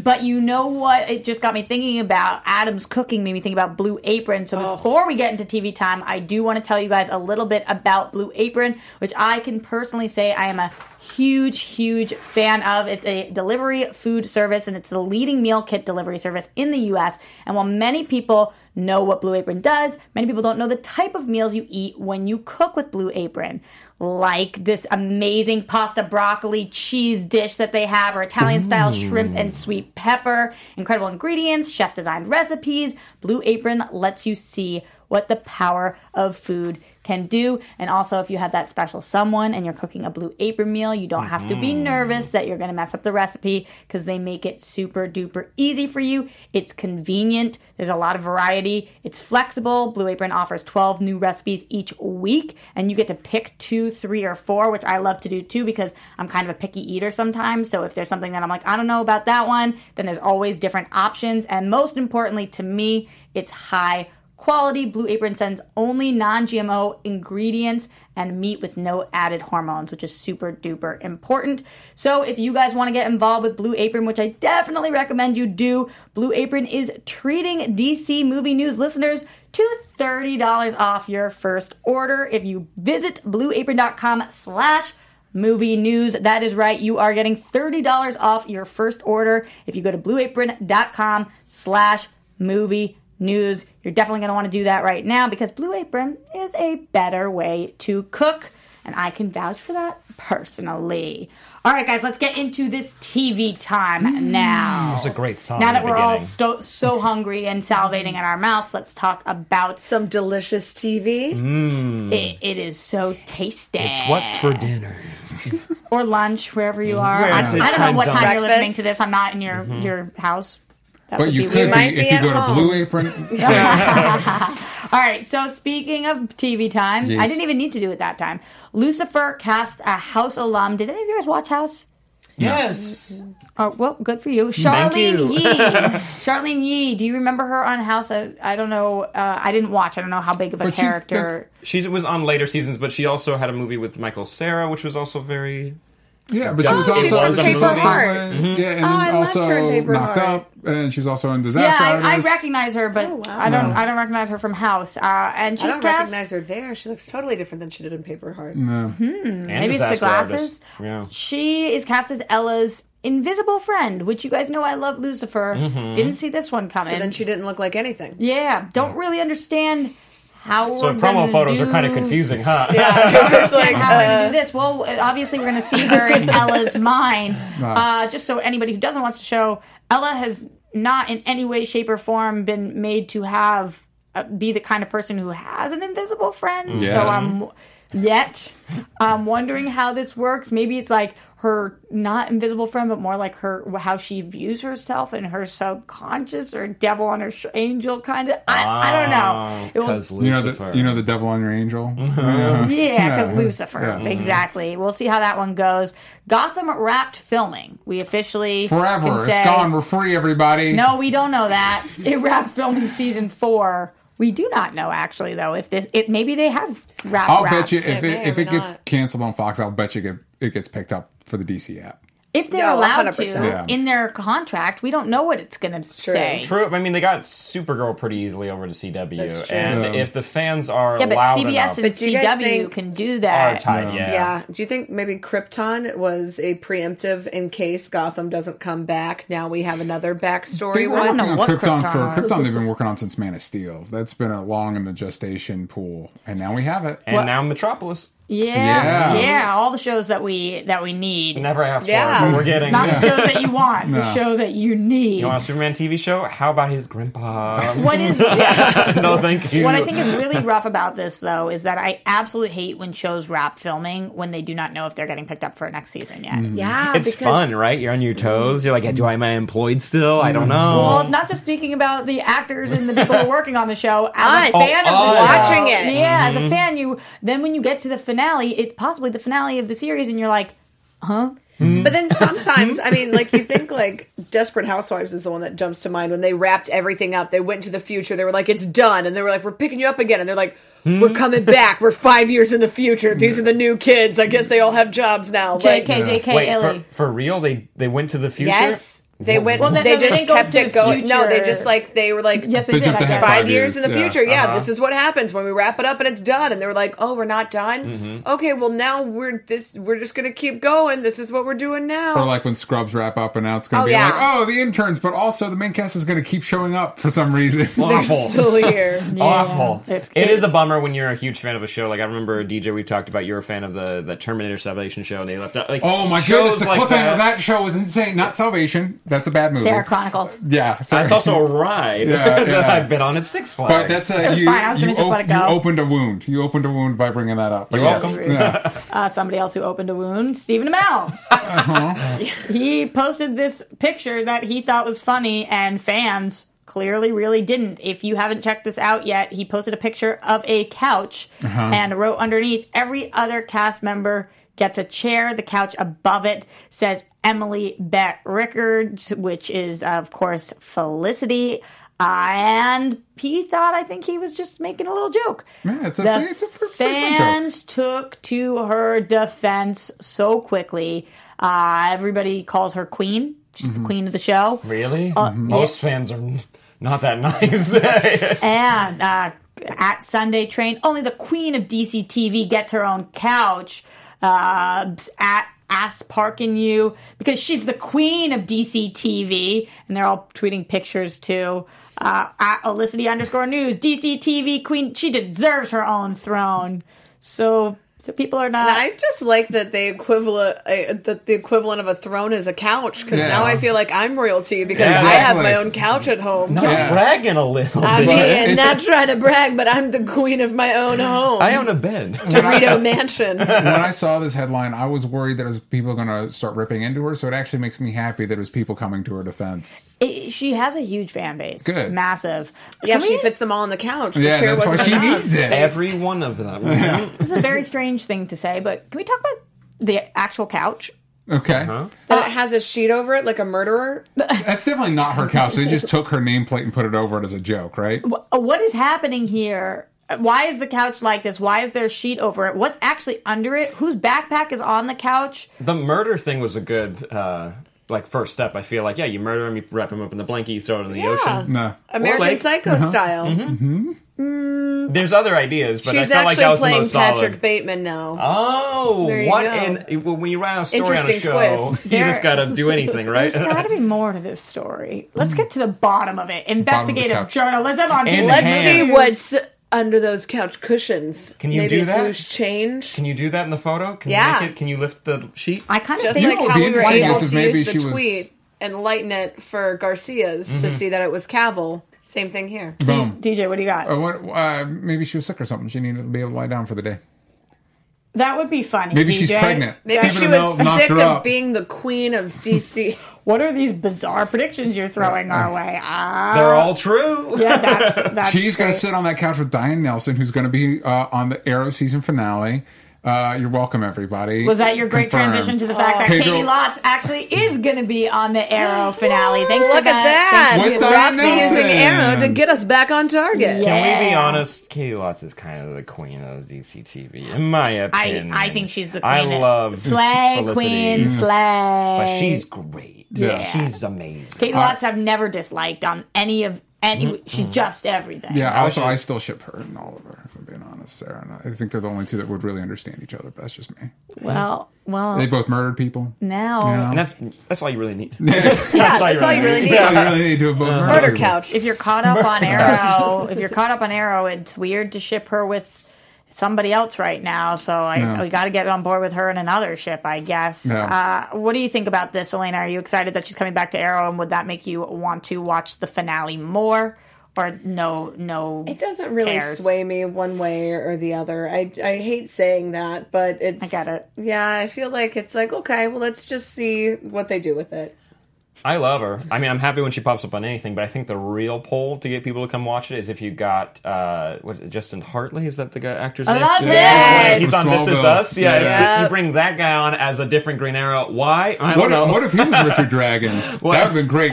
Speaker 2: but you know what? It just got me thinking about Adam's cooking. Made me think about Blue Apron. So before we get into TV time, I do want to tell you guys a little bit about Blue Apron, which I can personally say I am a huge, huge fan of. It's a delivery food service, and it's the leading meal kit delivery service in the U.S. And while many people know what Blue Apron does. Many people don't know the type of meals you eat when you cook with Blue Apron, like this amazing pasta broccoli cheese dish that they have, or Italian style shrimp and sweet pepper. Incredible ingredients, chef designed recipes. Blue Apron lets you see what the power of food can do. And also, if you have that special someone and you're cooking a blue apron meal, you don't have to be nervous that you're going to mess up the recipe because they make it super duper easy for you. It's convenient, there's a lot of variety, it's flexible. Blue Apron offers 12 new recipes each week, and you get to pick two, three, or four, which I love to do too because I'm kind of a picky eater sometimes. So if there's something that I'm like, I don't know about that one, then there's always different options. And most importantly to me, it's high quality blue apron sends only non-gmo ingredients and meat with no added hormones which is super duper important so if you guys want to get involved with blue apron which i definitely recommend you do blue apron is treating dc movie news listeners to $30 off your first order if you visit blueapron.com slash movie news. That is right. You are getting $30 off your first order if you go to blueapron.com slash movie news. You're definitely going to want to do that right now because Blue Apron is a better way to cook. And I can vouch for that personally. All right, guys, let's get into this TV time now.
Speaker 4: That's a great song.
Speaker 2: Now that we're all
Speaker 6: beginning.
Speaker 2: sto- so hungry and salivating in our mouths, let's talk about
Speaker 11: Some delicious TV.
Speaker 7: Mm-hmm.
Speaker 2: it, it is so tasty.
Speaker 4: it's what's for dinner.
Speaker 2: or lunch wherever you are. I,
Speaker 4: Yeah.
Speaker 2: I don't know what
Speaker 4: Time
Speaker 2: time
Speaker 4: zone.
Speaker 2: you're listening to this. I'm not in your your house. That
Speaker 7: But
Speaker 2: would
Speaker 7: you
Speaker 2: be
Speaker 7: could
Speaker 2: weird.
Speaker 7: be
Speaker 11: might be
Speaker 7: if you
Speaker 11: at
Speaker 7: go to
Speaker 11: home.
Speaker 7: Blue Apron.
Speaker 2: All right. So speaking of TV time, I
Speaker 7: Yes.
Speaker 2: didn't even need to do it that time. Lucifer cast a House alum. Did any of you guys watch House?
Speaker 6: Yes.
Speaker 2: Oh, well, good for you,
Speaker 6: Thank
Speaker 2: Charlene
Speaker 6: you.
Speaker 2: Yee. Charlene Yee. Do you remember her on House? I, I don't know. Uh, I didn't watch. I don't know how big of a
Speaker 7: But she's-
Speaker 2: character.
Speaker 6: She was on later seasons, but she also had a movie with Michael Sarah, which was also very.
Speaker 7: Yeah, but she was
Speaker 6: she's
Speaker 7: also
Speaker 6: from
Speaker 7: she was
Speaker 6: Paper
Speaker 7: also
Speaker 11: Heart.
Speaker 7: in- Yeah, and
Speaker 11: I
Speaker 7: then
Speaker 11: loved
Speaker 7: also
Speaker 11: her in Paper
Speaker 7: knocked
Speaker 11: Heart.
Speaker 7: up, and she was also in
Speaker 2: Yeah,
Speaker 7: Disaster
Speaker 2: I, I
Speaker 7: Artist.
Speaker 2: recognize her, but I don't. I don't recognize her from House. Uh, and
Speaker 11: Oh, I
Speaker 2: she's
Speaker 11: don't
Speaker 2: cast.
Speaker 11: recognize her there. She looks totally different than she did in Paper Heart.
Speaker 7: Mm.
Speaker 6: and
Speaker 2: Maybe it's the
Speaker 6: Disaster Artist.
Speaker 2: glasses.
Speaker 6: Yeah.
Speaker 2: She is cast as Ella's invisible friend, which you guys know I love Lucifer.
Speaker 6: Mm-hmm.
Speaker 2: Didn't see this one coming.
Speaker 11: And then she didn't look like anything.
Speaker 2: yeah, don't really understand how.
Speaker 6: So
Speaker 2: we're
Speaker 6: promo
Speaker 2: gonna
Speaker 6: photos are kind of
Speaker 2: do-
Speaker 6: confusing, huh?
Speaker 11: It's
Speaker 2: Understand
Speaker 11: like,
Speaker 2: how we're gonna
Speaker 11: uh,
Speaker 2: do this? Well, obviously we're gonna see her in Ella's mind. Uh, just so anybody who doesn't watch the show, Ella has not in any way, shape, or form been made to have uh, be the kind of person who has an invisible friend.
Speaker 11: Mm.
Speaker 2: So
Speaker 7: Yeah.
Speaker 2: I'm yet I'm wondering how this works. Maybe it's like her not invisible friend, but more like her how she views herself and her subconscious or devil on her sh- angel kind of. I, I don't
Speaker 11: Ah,
Speaker 2: know. It will-
Speaker 6: Because
Speaker 7: You know,
Speaker 6: Lucifer.
Speaker 7: the, you know the devil on your angel.
Speaker 2: yeah, because Lucifer.
Speaker 7: mm-hmm.
Speaker 2: Exactly. We'll see how that one goes. Gotham wrapped filming. We officially can
Speaker 7: Forever,
Speaker 2: say-
Speaker 7: it's gone. We're free, everybody.
Speaker 2: No, we don't know that. It wrapped filming season four. We do not know actually though if this it maybe they have wrapped.
Speaker 7: I'll
Speaker 2: wrapped.
Speaker 7: bet you if
Speaker 11: may
Speaker 7: it, if
Speaker 11: or
Speaker 7: it gets
Speaker 11: not.
Speaker 7: canceled on Fox, I'll bet you get, it gets picked up for the DC app.
Speaker 2: if they're
Speaker 11: Yeah,
Speaker 2: allowed to
Speaker 11: 100%.
Speaker 7: Yeah.
Speaker 2: in their contract. We don't know what it's going to
Speaker 11: true.
Speaker 2: say.
Speaker 6: True. I mean, they got Supergirl pretty easily over to CW,
Speaker 11: That's true.
Speaker 6: and
Speaker 7: Yeah.
Speaker 6: if the fans are
Speaker 2: Yeah, but
Speaker 6: loud
Speaker 2: CBS
Speaker 6: enough,
Speaker 2: and
Speaker 11: But do you guys
Speaker 2: CW
Speaker 11: think-
Speaker 2: can do
Speaker 6: are
Speaker 2: that.
Speaker 6: tied. Yeah.
Speaker 11: Yeah. Do you think maybe Krypton was a preemptive in case Gotham doesn't come back? Now we have another backstory
Speaker 7: They were
Speaker 11: one.
Speaker 7: working on
Speaker 2: what
Speaker 7: Krypton,
Speaker 2: Krypton
Speaker 7: for
Speaker 2: was.
Speaker 7: Krypton. They've been working on since Man of Steel. That's been a long in the gestation pool, and now we have it.
Speaker 6: And now Metropolis.
Speaker 2: Yeah, yeah,
Speaker 7: Yeah.
Speaker 2: all the shows that we that we need.
Speaker 6: Never asked for
Speaker 11: Yeah.
Speaker 6: it, but we're getting.
Speaker 2: Not the shows that you want, the
Speaker 7: No.
Speaker 2: show that you need.
Speaker 6: You want a Superman TV show? How about his grandpa?
Speaker 2: what is
Speaker 6: no, thank you.
Speaker 2: What I think is really rough about this, though, is that I absolutely hate when shows wrap filming when they do not know if they're getting picked up for next season yet.
Speaker 5: Mm.
Speaker 11: yeah,
Speaker 6: it's fun, right? You're on your toes. You're like, do I am I employed still? I don't know.
Speaker 2: Mm-hmm. Well, not just speaking about the actors and the people who are working on the show. As a
Speaker 11: Us.
Speaker 2: fan of the
Speaker 11: Us.
Speaker 2: show-
Speaker 11: Watching it.
Speaker 2: yeah. As a fan, you then when you get to the finale, it's possibly the finale of the series, and you're like,
Speaker 11: But then sometimes, I mean, like you think like Desperate Housewives is the one that jumps to mind when they wrapped everything up. They went to the future. They were like, "It's done," and they were like, "We're picking you up again," and they're like,
Speaker 6: Hmm?
Speaker 11: "We're coming back. We're five years in the future. These are the new kids. I guess they all have jobs now." Like,
Speaker 2: "JK, JK,
Speaker 6: Wait,
Speaker 2: Illy."
Speaker 6: for, for real? They they went to the future.
Speaker 11: Yes.
Speaker 5: They went.
Speaker 2: Well, then-
Speaker 5: they
Speaker 2: no, they
Speaker 5: just
Speaker 2: didn't go
Speaker 5: kept
Speaker 2: to
Speaker 5: it going. No, they
Speaker 2: future.
Speaker 5: just like they were like
Speaker 2: Yes, they
Speaker 7: They
Speaker 2: did.
Speaker 7: jumped
Speaker 2: I
Speaker 7: ahead
Speaker 2: guess.
Speaker 7: by
Speaker 5: five years in the
Speaker 7: years, yeah.
Speaker 5: future. Yeah,
Speaker 6: Uh-huh.
Speaker 5: this is what happens when we wrap it up and it's done. And they were like, "Oh, we're not done.
Speaker 7: Mm-hmm.
Speaker 5: Okay, well now we're this. We're just gonna keep going. This is what we're doing now."
Speaker 7: Or like when Scrubs wrap up, and now it's going to
Speaker 5: Oh,
Speaker 7: be
Speaker 5: yeah.
Speaker 7: like, oh, the interns, but also the main cast is going to keep showing up for some reason.
Speaker 5: They're
Speaker 6: Awful.
Speaker 5: still here.
Speaker 6: Awful.
Speaker 2: It's-
Speaker 6: it is a bummer when you're a huge fan of a show. Like I remember DJ, we talked about you're a fan of the the Terminator Salvation show, and they left out like
Speaker 7: oh my goodness,
Speaker 6: shows
Speaker 7: the
Speaker 6: like
Speaker 7: cliffhanger
Speaker 6: that.
Speaker 7: of that show was insane. Not Salvation. That's a bad movie.
Speaker 2: Sarah Chronicles.
Speaker 7: Yeah, sorry.
Speaker 6: That's also a ride
Speaker 7: Yeah,
Speaker 6: that
Speaker 7: yeah.
Speaker 6: I've been on at Six Flags.
Speaker 7: But that's a you.
Speaker 2: fine, I was
Speaker 7: you,
Speaker 2: gonna just let it
Speaker 7: you
Speaker 2: go.
Speaker 7: opened a wound. You opened a wound by bringing that up. But
Speaker 6: You're
Speaker 7: yes,
Speaker 6: welcome.
Speaker 7: yeah.
Speaker 2: Uh, somebody else who opened a wound, Stephen Amell.
Speaker 7: Uh-huh.
Speaker 2: he posted this picture that he thought was funny, and fans clearly really didn't. If you haven't checked this out yet, he posted a picture of a couch
Speaker 7: Uh-huh.
Speaker 2: and wrote underneath every other cast member gets a chair. The couch above it says Emily Bett Rickards, which is, of course, Felicity. Uh, and he thought, I think he was just making a little joke.
Speaker 7: Yeah, it's a-
Speaker 2: The
Speaker 7: it's a pretty fun joke.
Speaker 2: fans took to her defense so quickly. Uh, everybody calls her queen. She's the queen of the show.
Speaker 6: really
Speaker 5: Uh,
Speaker 6: most fans are not that nice.
Speaker 2: And uh, at Sunday Train, only the queen of DC TV gets her own couch. Uh, at Ass Parkin' You, because she's the queen of DC TV. And they're all tweeting pictures too. Uh, at Elicity underscore news, DC TV queen, she deserves her own throne. So, so people are not.
Speaker 5: I just like that the equivalent uh, that the equivalent of a throne is a couch because
Speaker 7: Yeah.
Speaker 5: now I feel like I'm royalty because
Speaker 6: Yeah,
Speaker 5: I have
Speaker 7: exactly.
Speaker 5: my own couch at home.
Speaker 7: Yeah.
Speaker 6: Bragging a little.
Speaker 5: I
Speaker 6: bit.
Speaker 5: mean,
Speaker 7: it's-
Speaker 5: not trying to brag, but I'm the queen of my own home.
Speaker 6: I own a bed.
Speaker 5: Dorito Mansion.
Speaker 7: when I saw this headline, I was worried that it was people going to start ripping into her. So it actually makes me happy that it was people coming to her defense.
Speaker 2: It, she has a huge fan base.
Speaker 7: Good.
Speaker 2: Massive.
Speaker 5: Yeah,
Speaker 2: Can
Speaker 5: she
Speaker 2: we-
Speaker 5: fits them all on the couch. The
Speaker 7: yeah,
Speaker 5: chair
Speaker 7: that's why
Speaker 5: wasn't
Speaker 7: she
Speaker 5: enough.
Speaker 7: needs it.
Speaker 6: Every one of them.
Speaker 2: This is a very strange thing to say, but can we talk about the actual couch?
Speaker 7: okay,
Speaker 6: Uh-huh.
Speaker 5: That it has a sheet over it like a murderer.
Speaker 7: that's definitely not her couch. They just took her nameplate and put it over it as a joke, right?
Speaker 2: Uh, What is happening here? Uh, Why is the couch like this? Why is there a sheet over it? What's actually under it? Whose backpack is on the couch?
Speaker 6: The murder thing was a good uh, like first step. I feel like yeah, you murder him, you wrap him up in the blanket, you throw it in the ocean.
Speaker 7: No.
Speaker 5: American
Speaker 6: like-
Speaker 5: Psycho
Speaker 6: uh-huh.
Speaker 5: style.
Speaker 6: There's other ideas, but I
Speaker 5: She's
Speaker 6: felt like
Speaker 5: actually
Speaker 6: that was the
Speaker 5: playing
Speaker 6: most
Speaker 5: Patrick
Speaker 6: solid.
Speaker 5: Bateman now.
Speaker 6: Oh,
Speaker 5: There you
Speaker 6: what
Speaker 5: go.
Speaker 6: in well, when you write out a story on a
Speaker 5: Interesting
Speaker 6: show,
Speaker 5: twist.
Speaker 6: you
Speaker 2: There-
Speaker 6: just gotta do anything, right?
Speaker 7: uh,
Speaker 2: There's got to be more to this story. Let's get to the bottom of it.
Speaker 7: of the
Speaker 2: Investigative
Speaker 7: couch.
Speaker 2: journalism on
Speaker 6: And
Speaker 5: Let's
Speaker 6: hands.
Speaker 5: see what's under those couch cushions.
Speaker 6: Can you
Speaker 5: Maybe
Speaker 6: do
Speaker 5: it's
Speaker 6: that?
Speaker 5: loose change.
Speaker 6: Can you do that in the photo? Can
Speaker 5: Yeah.
Speaker 6: you make it? Can you lift the sheet?
Speaker 2: I kind of
Speaker 5: Just
Speaker 2: think
Speaker 5: like
Speaker 7: would
Speaker 5: how
Speaker 7: be
Speaker 5: we were
Speaker 7: interesting
Speaker 5: able
Speaker 7: is
Speaker 5: to
Speaker 7: if maybe
Speaker 5: use the
Speaker 7: she was-
Speaker 5: tweet and lighten it for Garcia's to
Speaker 6: Mm-hmm.
Speaker 5: see that it was Cavill. Same thing here.
Speaker 7: Boom.
Speaker 2: DJ, what do you got?
Speaker 7: Uh, what, uh, maybe she was sick or something. She needed to be able to lie down for the day.
Speaker 2: that would be funny.
Speaker 7: Maybe
Speaker 2: DJ.
Speaker 7: she's pregnant.
Speaker 5: Maybe
Speaker 7: Stephen
Speaker 5: she
Speaker 7: Amell
Speaker 5: was
Speaker 7: knocked
Speaker 5: sick
Speaker 7: her
Speaker 5: of
Speaker 7: up.
Speaker 5: being the queen of DC.
Speaker 2: What are these bizarre predictions you're throwing our way? Ah,
Speaker 6: They're all true.
Speaker 2: yeah, that's that's.
Speaker 7: She's going to
Speaker 2: great.
Speaker 7: sit on that couch with Diane Nelson, who's going to be uh, on the Arrow season finale. Uh, you're welcome, everybody.
Speaker 2: Was that your great
Speaker 7: Confirmed.
Speaker 2: transition to the fact that
Speaker 7: Pedro-
Speaker 2: Katie Lotz actually is going to be on the Arrow finale? Thanks for
Speaker 5: Look at
Speaker 2: that.
Speaker 5: that.
Speaker 2: Thank you.
Speaker 7: With Diane
Speaker 5: Roxy
Speaker 7: Nelson.
Speaker 5: using Arrow to get us back on target.
Speaker 2: Yeah.
Speaker 6: Can we be honest? Katie Loss is kind of the queen of DC TV, in my
Speaker 2: I,
Speaker 6: opinion.
Speaker 2: I think she's the queen.
Speaker 6: I love
Speaker 2: slay
Speaker 6: Felicity, Mm.
Speaker 2: queen slay.
Speaker 6: but she's great.
Speaker 7: Yeah.
Speaker 6: she's amazing.
Speaker 2: Katie Lotz. I've never disliked on any of any.
Speaker 6: Mm-hmm.
Speaker 2: She's just everything.
Speaker 7: Yeah, also, I still ship her and Oliver, if I'm being honest, Sarah. And I- I think they're the only two that would really understand each other, but that's just me.
Speaker 2: Well, well,
Speaker 7: They both murdered people.
Speaker 2: now
Speaker 6: and that's that's all you really need.
Speaker 5: Yeah, that's all you really need.
Speaker 7: So you really need to have
Speaker 6: Uh-huh.
Speaker 7: both murdered
Speaker 5: Murder
Speaker 7: people.
Speaker 5: couch.
Speaker 2: if you're caught up on Arrow, if you're caught up on Arrow, it's weird to ship her with somebody else right now. So I,
Speaker 7: Yeah.
Speaker 2: we got to get on board with her in another ship, I guess.
Speaker 7: Yeah.
Speaker 2: Uh, what do you think about this, Elena? Are you excited that she's coming back to Arrow, and would that make you want to watch the finale more, or no, no?
Speaker 5: It doesn't really
Speaker 2: cares?
Speaker 5: sway me one way or the other. I, I hate saying that, but it's.
Speaker 2: I get it.
Speaker 5: Yeah, I feel like it's like, okay, well, let's just see what they do with it.
Speaker 6: I love her. I mean, I'm happy when she pops up on anything, but I think the real poll to get people to come watch it is if you got uh, what is it, Justin Hartley? Is that the guy actor's
Speaker 2: I
Speaker 6: name?
Speaker 2: love
Speaker 5: Yes.
Speaker 2: this.
Speaker 6: He's on
Speaker 7: From
Speaker 6: This Is
Speaker 7: Smallville.
Speaker 6: Us. Yeah,
Speaker 5: Yeah.
Speaker 6: if you bring that guy on as a different Green Arrow. Why? I don't
Speaker 7: What,
Speaker 6: know.
Speaker 7: if- what if he was Richard Dragon? that would have been great.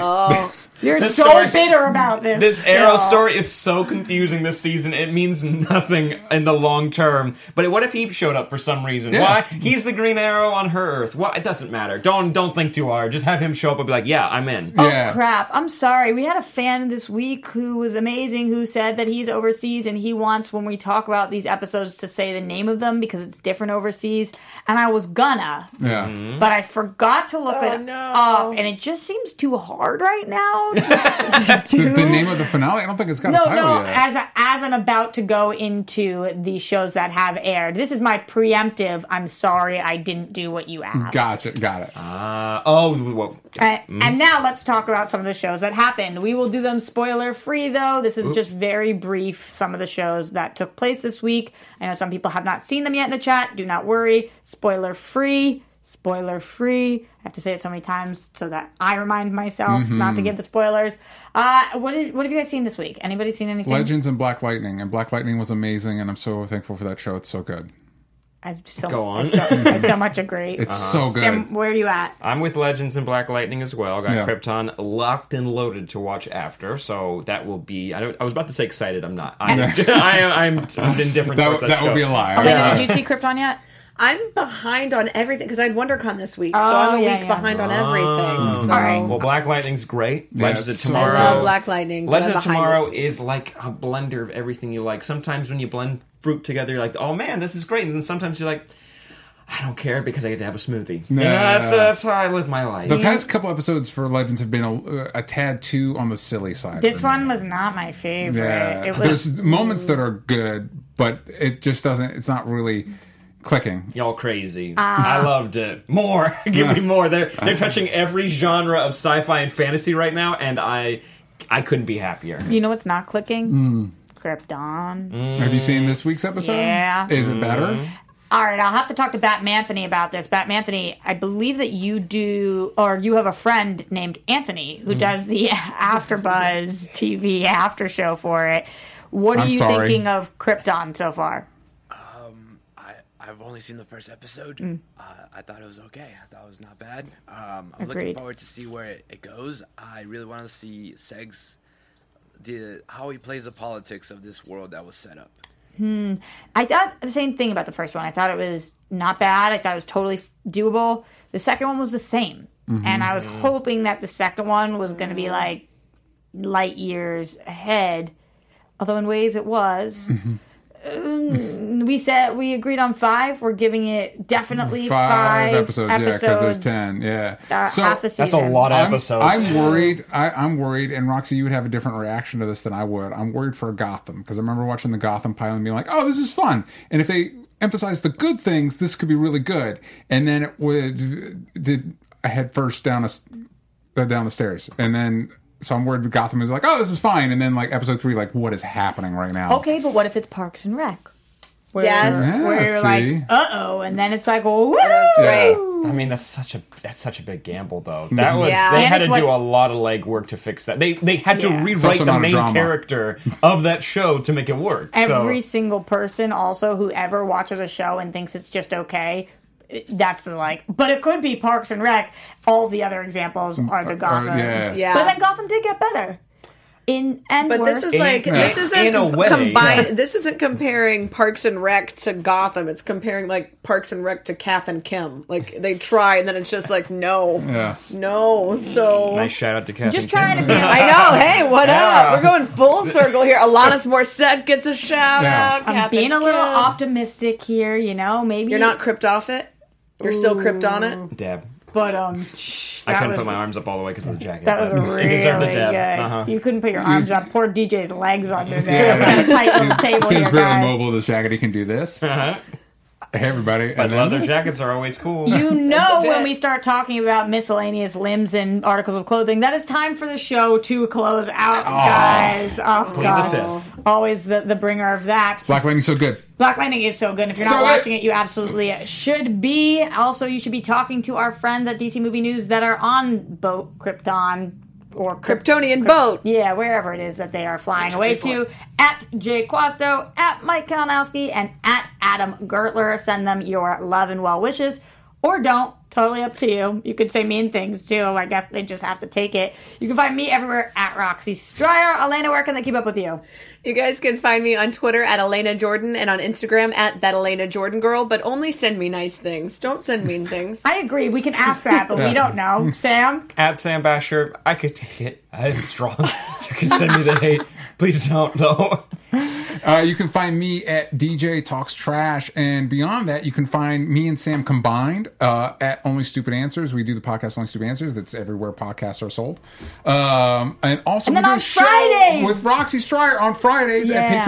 Speaker 2: You're
Speaker 6: This
Speaker 2: so
Speaker 6: story-
Speaker 2: bitter about this.
Speaker 6: This
Speaker 2: Phil.
Speaker 6: Arrow story is so confusing this season. It means nothing in the long term. But what if he showed up for some reason?
Speaker 7: Yeah.
Speaker 6: Why? He's the Green Arrow on her Earth. What? It doesn't matter. Don't don't think too hard. Just have him show up and be like, "Yeah, I'm in."
Speaker 7: yeah.
Speaker 2: Oh, Crap. I'm sorry. We had a fan this week who was amazing who said that he's overseas and he wants, when we talk about these episodes, to say the name of them because it's different overseas. And I was gonna,
Speaker 7: Yeah.
Speaker 2: but I forgot to look it up. And it just seems too hard right now. Just to
Speaker 7: The,
Speaker 2: do.
Speaker 7: the name of the finale? I don't think it's uh, got a
Speaker 2: no,
Speaker 7: title
Speaker 2: no.
Speaker 7: yet.
Speaker 2: As, a, as I'm about to go into the shows that have aired, this is my preemptive. I'm sorry I didn't do what you asked.
Speaker 7: gotcha. Got it.
Speaker 6: Uh, oh, whoa.
Speaker 2: Uh,
Speaker 7: Mm-hmm.
Speaker 2: And now let's talk about some of the shows that happened. We will do them spoiler free, though. This is just very brief. Some of the shows that took place this week. I know some people have not seen them yet in the chat. Do not worry. Spoiler free. Spoiler free. I have to say it so many times so that I remind myself not
Speaker 7: Mm-hmm.
Speaker 2: to get the spoilers. Uh, what did, What have you guys seen this week? Anybody seen anything?
Speaker 7: Legends and Black Lightning. And Black Lightning was amazing, and I'm so thankful for that show. It's so good.
Speaker 2: I so,
Speaker 6: Go on.
Speaker 2: I so, I so much agree.
Speaker 7: It's so good.
Speaker 2: Uh-huh. Sam, where are you at?
Speaker 6: I'm with Legends and Black Lightning as well. Got
Speaker 7: Yeah.
Speaker 6: Krypton locked and loaded to watch after, so that will be. I, don't, I was about to say excited. I'm not. I'm, I, am I'm indifferent.
Speaker 7: That,
Speaker 6: towards
Speaker 7: that, would
Speaker 6: show.
Speaker 7: be a lie.
Speaker 2: Elena, Did you see Krypton yet?
Speaker 11: I'm behind on everything because I had WonderCon this week, so
Speaker 2: Oh,
Speaker 11: I'm a
Speaker 2: yeah,
Speaker 11: week
Speaker 2: yeah.
Speaker 11: behind on
Speaker 6: Oh.
Speaker 11: everything.
Speaker 2: Sorry.
Speaker 11: So
Speaker 6: Well, Black Lightning's great. Legends
Speaker 7: it's
Speaker 6: of
Speaker 7: so
Speaker 6: Tomorrow.
Speaker 11: Oh,
Speaker 7: good.
Speaker 11: I love Black Lightning. but
Speaker 6: Legends of
Speaker 11: I'm behind this
Speaker 6: Tomorrow is like a blender of everything you like. Sometimes when you blend fruit together, you're like, oh man, this is great. And then sometimes you're like, I don't care because I get to have a smoothie. Yeah, that's, that's how I live my life.
Speaker 7: The past couple episodes for Legends have been a, a tad too on the silly side.
Speaker 2: This
Speaker 7: for me.
Speaker 2: one was not my favorite.
Speaker 7: Yeah.
Speaker 2: It was.
Speaker 7: There's moments that are good, but it just doesn't, it's not really clicking.
Speaker 6: Y'all crazy.
Speaker 2: Ah.
Speaker 6: I loved it. More. Give me more. They're they're touching every genre of sci-fi and fantasy right now, and I I couldn't be happier.
Speaker 2: You know what's not
Speaker 7: Hmm.
Speaker 2: clicking? Krypton.
Speaker 7: Have you seen this week's episode?
Speaker 2: Yeah. Mm-hmm.
Speaker 7: Is it better?
Speaker 2: All right, I'll have to talk to Bat Anthony about this. Bat Anthony, I believe that you do, or you have a friend named Anthony who does the AfterBuzz TV after show for it. What are
Speaker 7: I'm
Speaker 2: you
Speaker 7: sorry.
Speaker 2: thinking of Krypton so far?
Speaker 8: I, I've only seen the first episode.
Speaker 2: Mm.
Speaker 8: Uh, I thought it was okay. I thought it was not bad. Um,
Speaker 2: Agreed.
Speaker 8: I'm looking forward to see where it, it goes. I really want to see Segs, the how he plays the politics of this world that was set up.
Speaker 2: I thought the same thing about the first one. I thought it was not bad. I thought it was totally f- doable. The second one was the same,
Speaker 7: Mm-hmm.
Speaker 2: and I was hoping that the second one was going to be like light years ahead. Although in ways it was.
Speaker 7: Mm-hmm.
Speaker 2: Um, we said we agreed on five. We're giving it definitely five,
Speaker 7: episodes, yeah, because there's
Speaker 2: episodes,
Speaker 7: ten. Yeah.
Speaker 2: Uh, half the season.
Speaker 7: I'm, I'm worried. I, I'm worried, and Roxy, you would have a different reaction to this than I would. I'm worried for Gotham because I remember watching the Gotham pilot and being like, "Oh, this is fun." And if they emphasize the good things, this could be really good. And then it would did I head first down a s- uh, down the stairs, and then so I'm worried Gotham is like, "Oh, this is fine," and then like episode three, like, what is happening right now?
Speaker 2: Okay, but what if it's Parks and Rec? Where
Speaker 11: Yes.
Speaker 2: you're, where
Speaker 7: Yeah,
Speaker 2: you're
Speaker 7: see?
Speaker 2: like, uh oh, and then it's like, woo!
Speaker 7: Yeah.
Speaker 6: I mean, that's such a that's such a big gamble, though. That was
Speaker 11: Yeah.
Speaker 6: they
Speaker 11: And
Speaker 6: had to
Speaker 2: it's what-
Speaker 6: do a lot of legwork to fix that. They they had
Speaker 2: Yeah.
Speaker 6: to
Speaker 2: It's
Speaker 6: rewrite
Speaker 7: also
Speaker 6: the
Speaker 7: not a
Speaker 6: main
Speaker 7: drama.
Speaker 6: character of that show to make it work.
Speaker 2: every
Speaker 6: so.
Speaker 2: single person also who ever watches a show and thinks it's just okay that's the like but it could be parks and rec all the other examples are
Speaker 6: Mm, uh,
Speaker 2: the gotham
Speaker 7: yeah.
Speaker 11: Yeah.
Speaker 2: but then gotham did get better in and
Speaker 11: But
Speaker 2: worse.
Speaker 11: this is like
Speaker 6: In-
Speaker 11: this isn't
Speaker 6: in a way.
Speaker 11: combined. This isn't comparing Parks and Rec to Gotham. It's comparing like Parks and Rec to Kath and Kim. Like they try, and then it's just like no,
Speaker 7: Yeah.
Speaker 11: no. So
Speaker 6: Nice shout out to Catherine.
Speaker 2: just trying to be
Speaker 11: I
Speaker 5: "Oh,
Speaker 11: know. Hey, what
Speaker 6: Yeah.
Speaker 11: up? We're going full circle here. Alana's Morissette gets a shout
Speaker 7: Yeah.
Speaker 11: out.
Speaker 2: i'm
Speaker 11: Kath
Speaker 2: being a
Speaker 11: and
Speaker 2: little
Speaker 11: Kim.
Speaker 2: optimistic here you know maybe
Speaker 11: You're not crypt off it. You're still crypt on it.
Speaker 6: dab.
Speaker 2: but um
Speaker 6: I
Speaker 2: that
Speaker 6: couldn't
Speaker 2: was-
Speaker 6: put my arms up all the way because of the jacket.
Speaker 2: that was a
Speaker 6: It
Speaker 2: really
Speaker 6: deserved a
Speaker 2: good.
Speaker 6: dab.
Speaker 7: Uh-huh.
Speaker 6: Uh-huh.
Speaker 2: You couldn't put your arms up. Poor DJ's legs under there. Got a tight little table
Speaker 7: Seems
Speaker 2: here,
Speaker 7: really
Speaker 2: guys.
Speaker 7: mobile. This jacket, he can do this.
Speaker 6: Uh-huh.
Speaker 7: Hey, everybody!
Speaker 6: But
Speaker 7: and then
Speaker 6: leather
Speaker 7: this.
Speaker 6: jackets are always cool.
Speaker 2: You know
Speaker 11: legit.
Speaker 2: when we start talking about miscellaneous limbs and articles of clothing, that is time for the show to close out, guys. Oh,
Speaker 6: the
Speaker 2: God.
Speaker 6: fifth.
Speaker 2: Always the, the bringer of that.
Speaker 7: Black Lightning's so good.
Speaker 2: Black Lightning is so good. If you're not
Speaker 7: So
Speaker 2: watching
Speaker 7: it-
Speaker 2: it, you absolutely should be. Also, you should be talking to our friends at DC Movie News that are on boat Krypton or Krypton.
Speaker 11: Kryptonian boat.
Speaker 2: Yeah, wherever it is that they are flying away to. At Jay Quasto, at Mike Kalinowski, and at Adam Gertler. Send them your love and well wishes, or don't. Totally up to you. You could say mean things too. I guess they just have to take it. You can find me everywhere at Roxy Stryer. Elena, where can they keep up with you?
Speaker 5: You guys can find me on Twitter at Elena Jordan and on Instagram at that Elena Jordan girl, but only send me nice things. Don't send mean things.
Speaker 2: I agree. We can ask that, but we don't know. Sam,
Speaker 6: At Sam Basher, I could take it. I'm strong. you can send me the hate. Please don't, though.
Speaker 7: Uh, you can find me at DJ Talks Trash, and beyond that, you can find me and Sam combined uh, at Only Stupid Answers. We do the podcast Only Stupid Answers. That's everywhere podcasts are sold. Um, and also,
Speaker 2: And
Speaker 7: we
Speaker 2: then
Speaker 7: do
Speaker 2: on
Speaker 7: a show
Speaker 2: Fridays!
Speaker 7: with Roxy Stryer on Fridays
Speaker 2: Yeah.
Speaker 7: at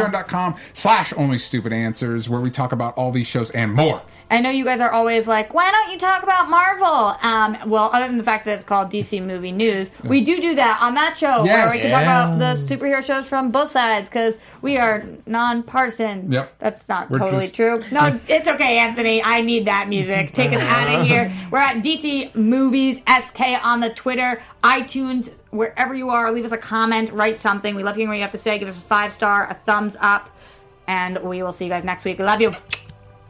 Speaker 7: Patreon.com/slash Only Stupid Answers, where we talk about all these shows and more.
Speaker 2: I know you guys are always like, why don't you talk about Marvel? Um, well, other than the fact that it's called DC Movie News, we do do that on that show where we
Speaker 7: Yes.
Speaker 2: can talk about the superhero shows from both sides because we are nonpartisan.
Speaker 7: Yep.
Speaker 2: That's not
Speaker 7: We're
Speaker 2: totally
Speaker 7: just-
Speaker 2: true. No, it's okay, Anthony. I need that music. Take us out of here. We're at DC Movies SK on the Twitter, iTunes, wherever you are. Leave us a comment, write something. We love hearing what you have to say. Give us a five star, a thumbs up, and we will see you guys next week. Love you.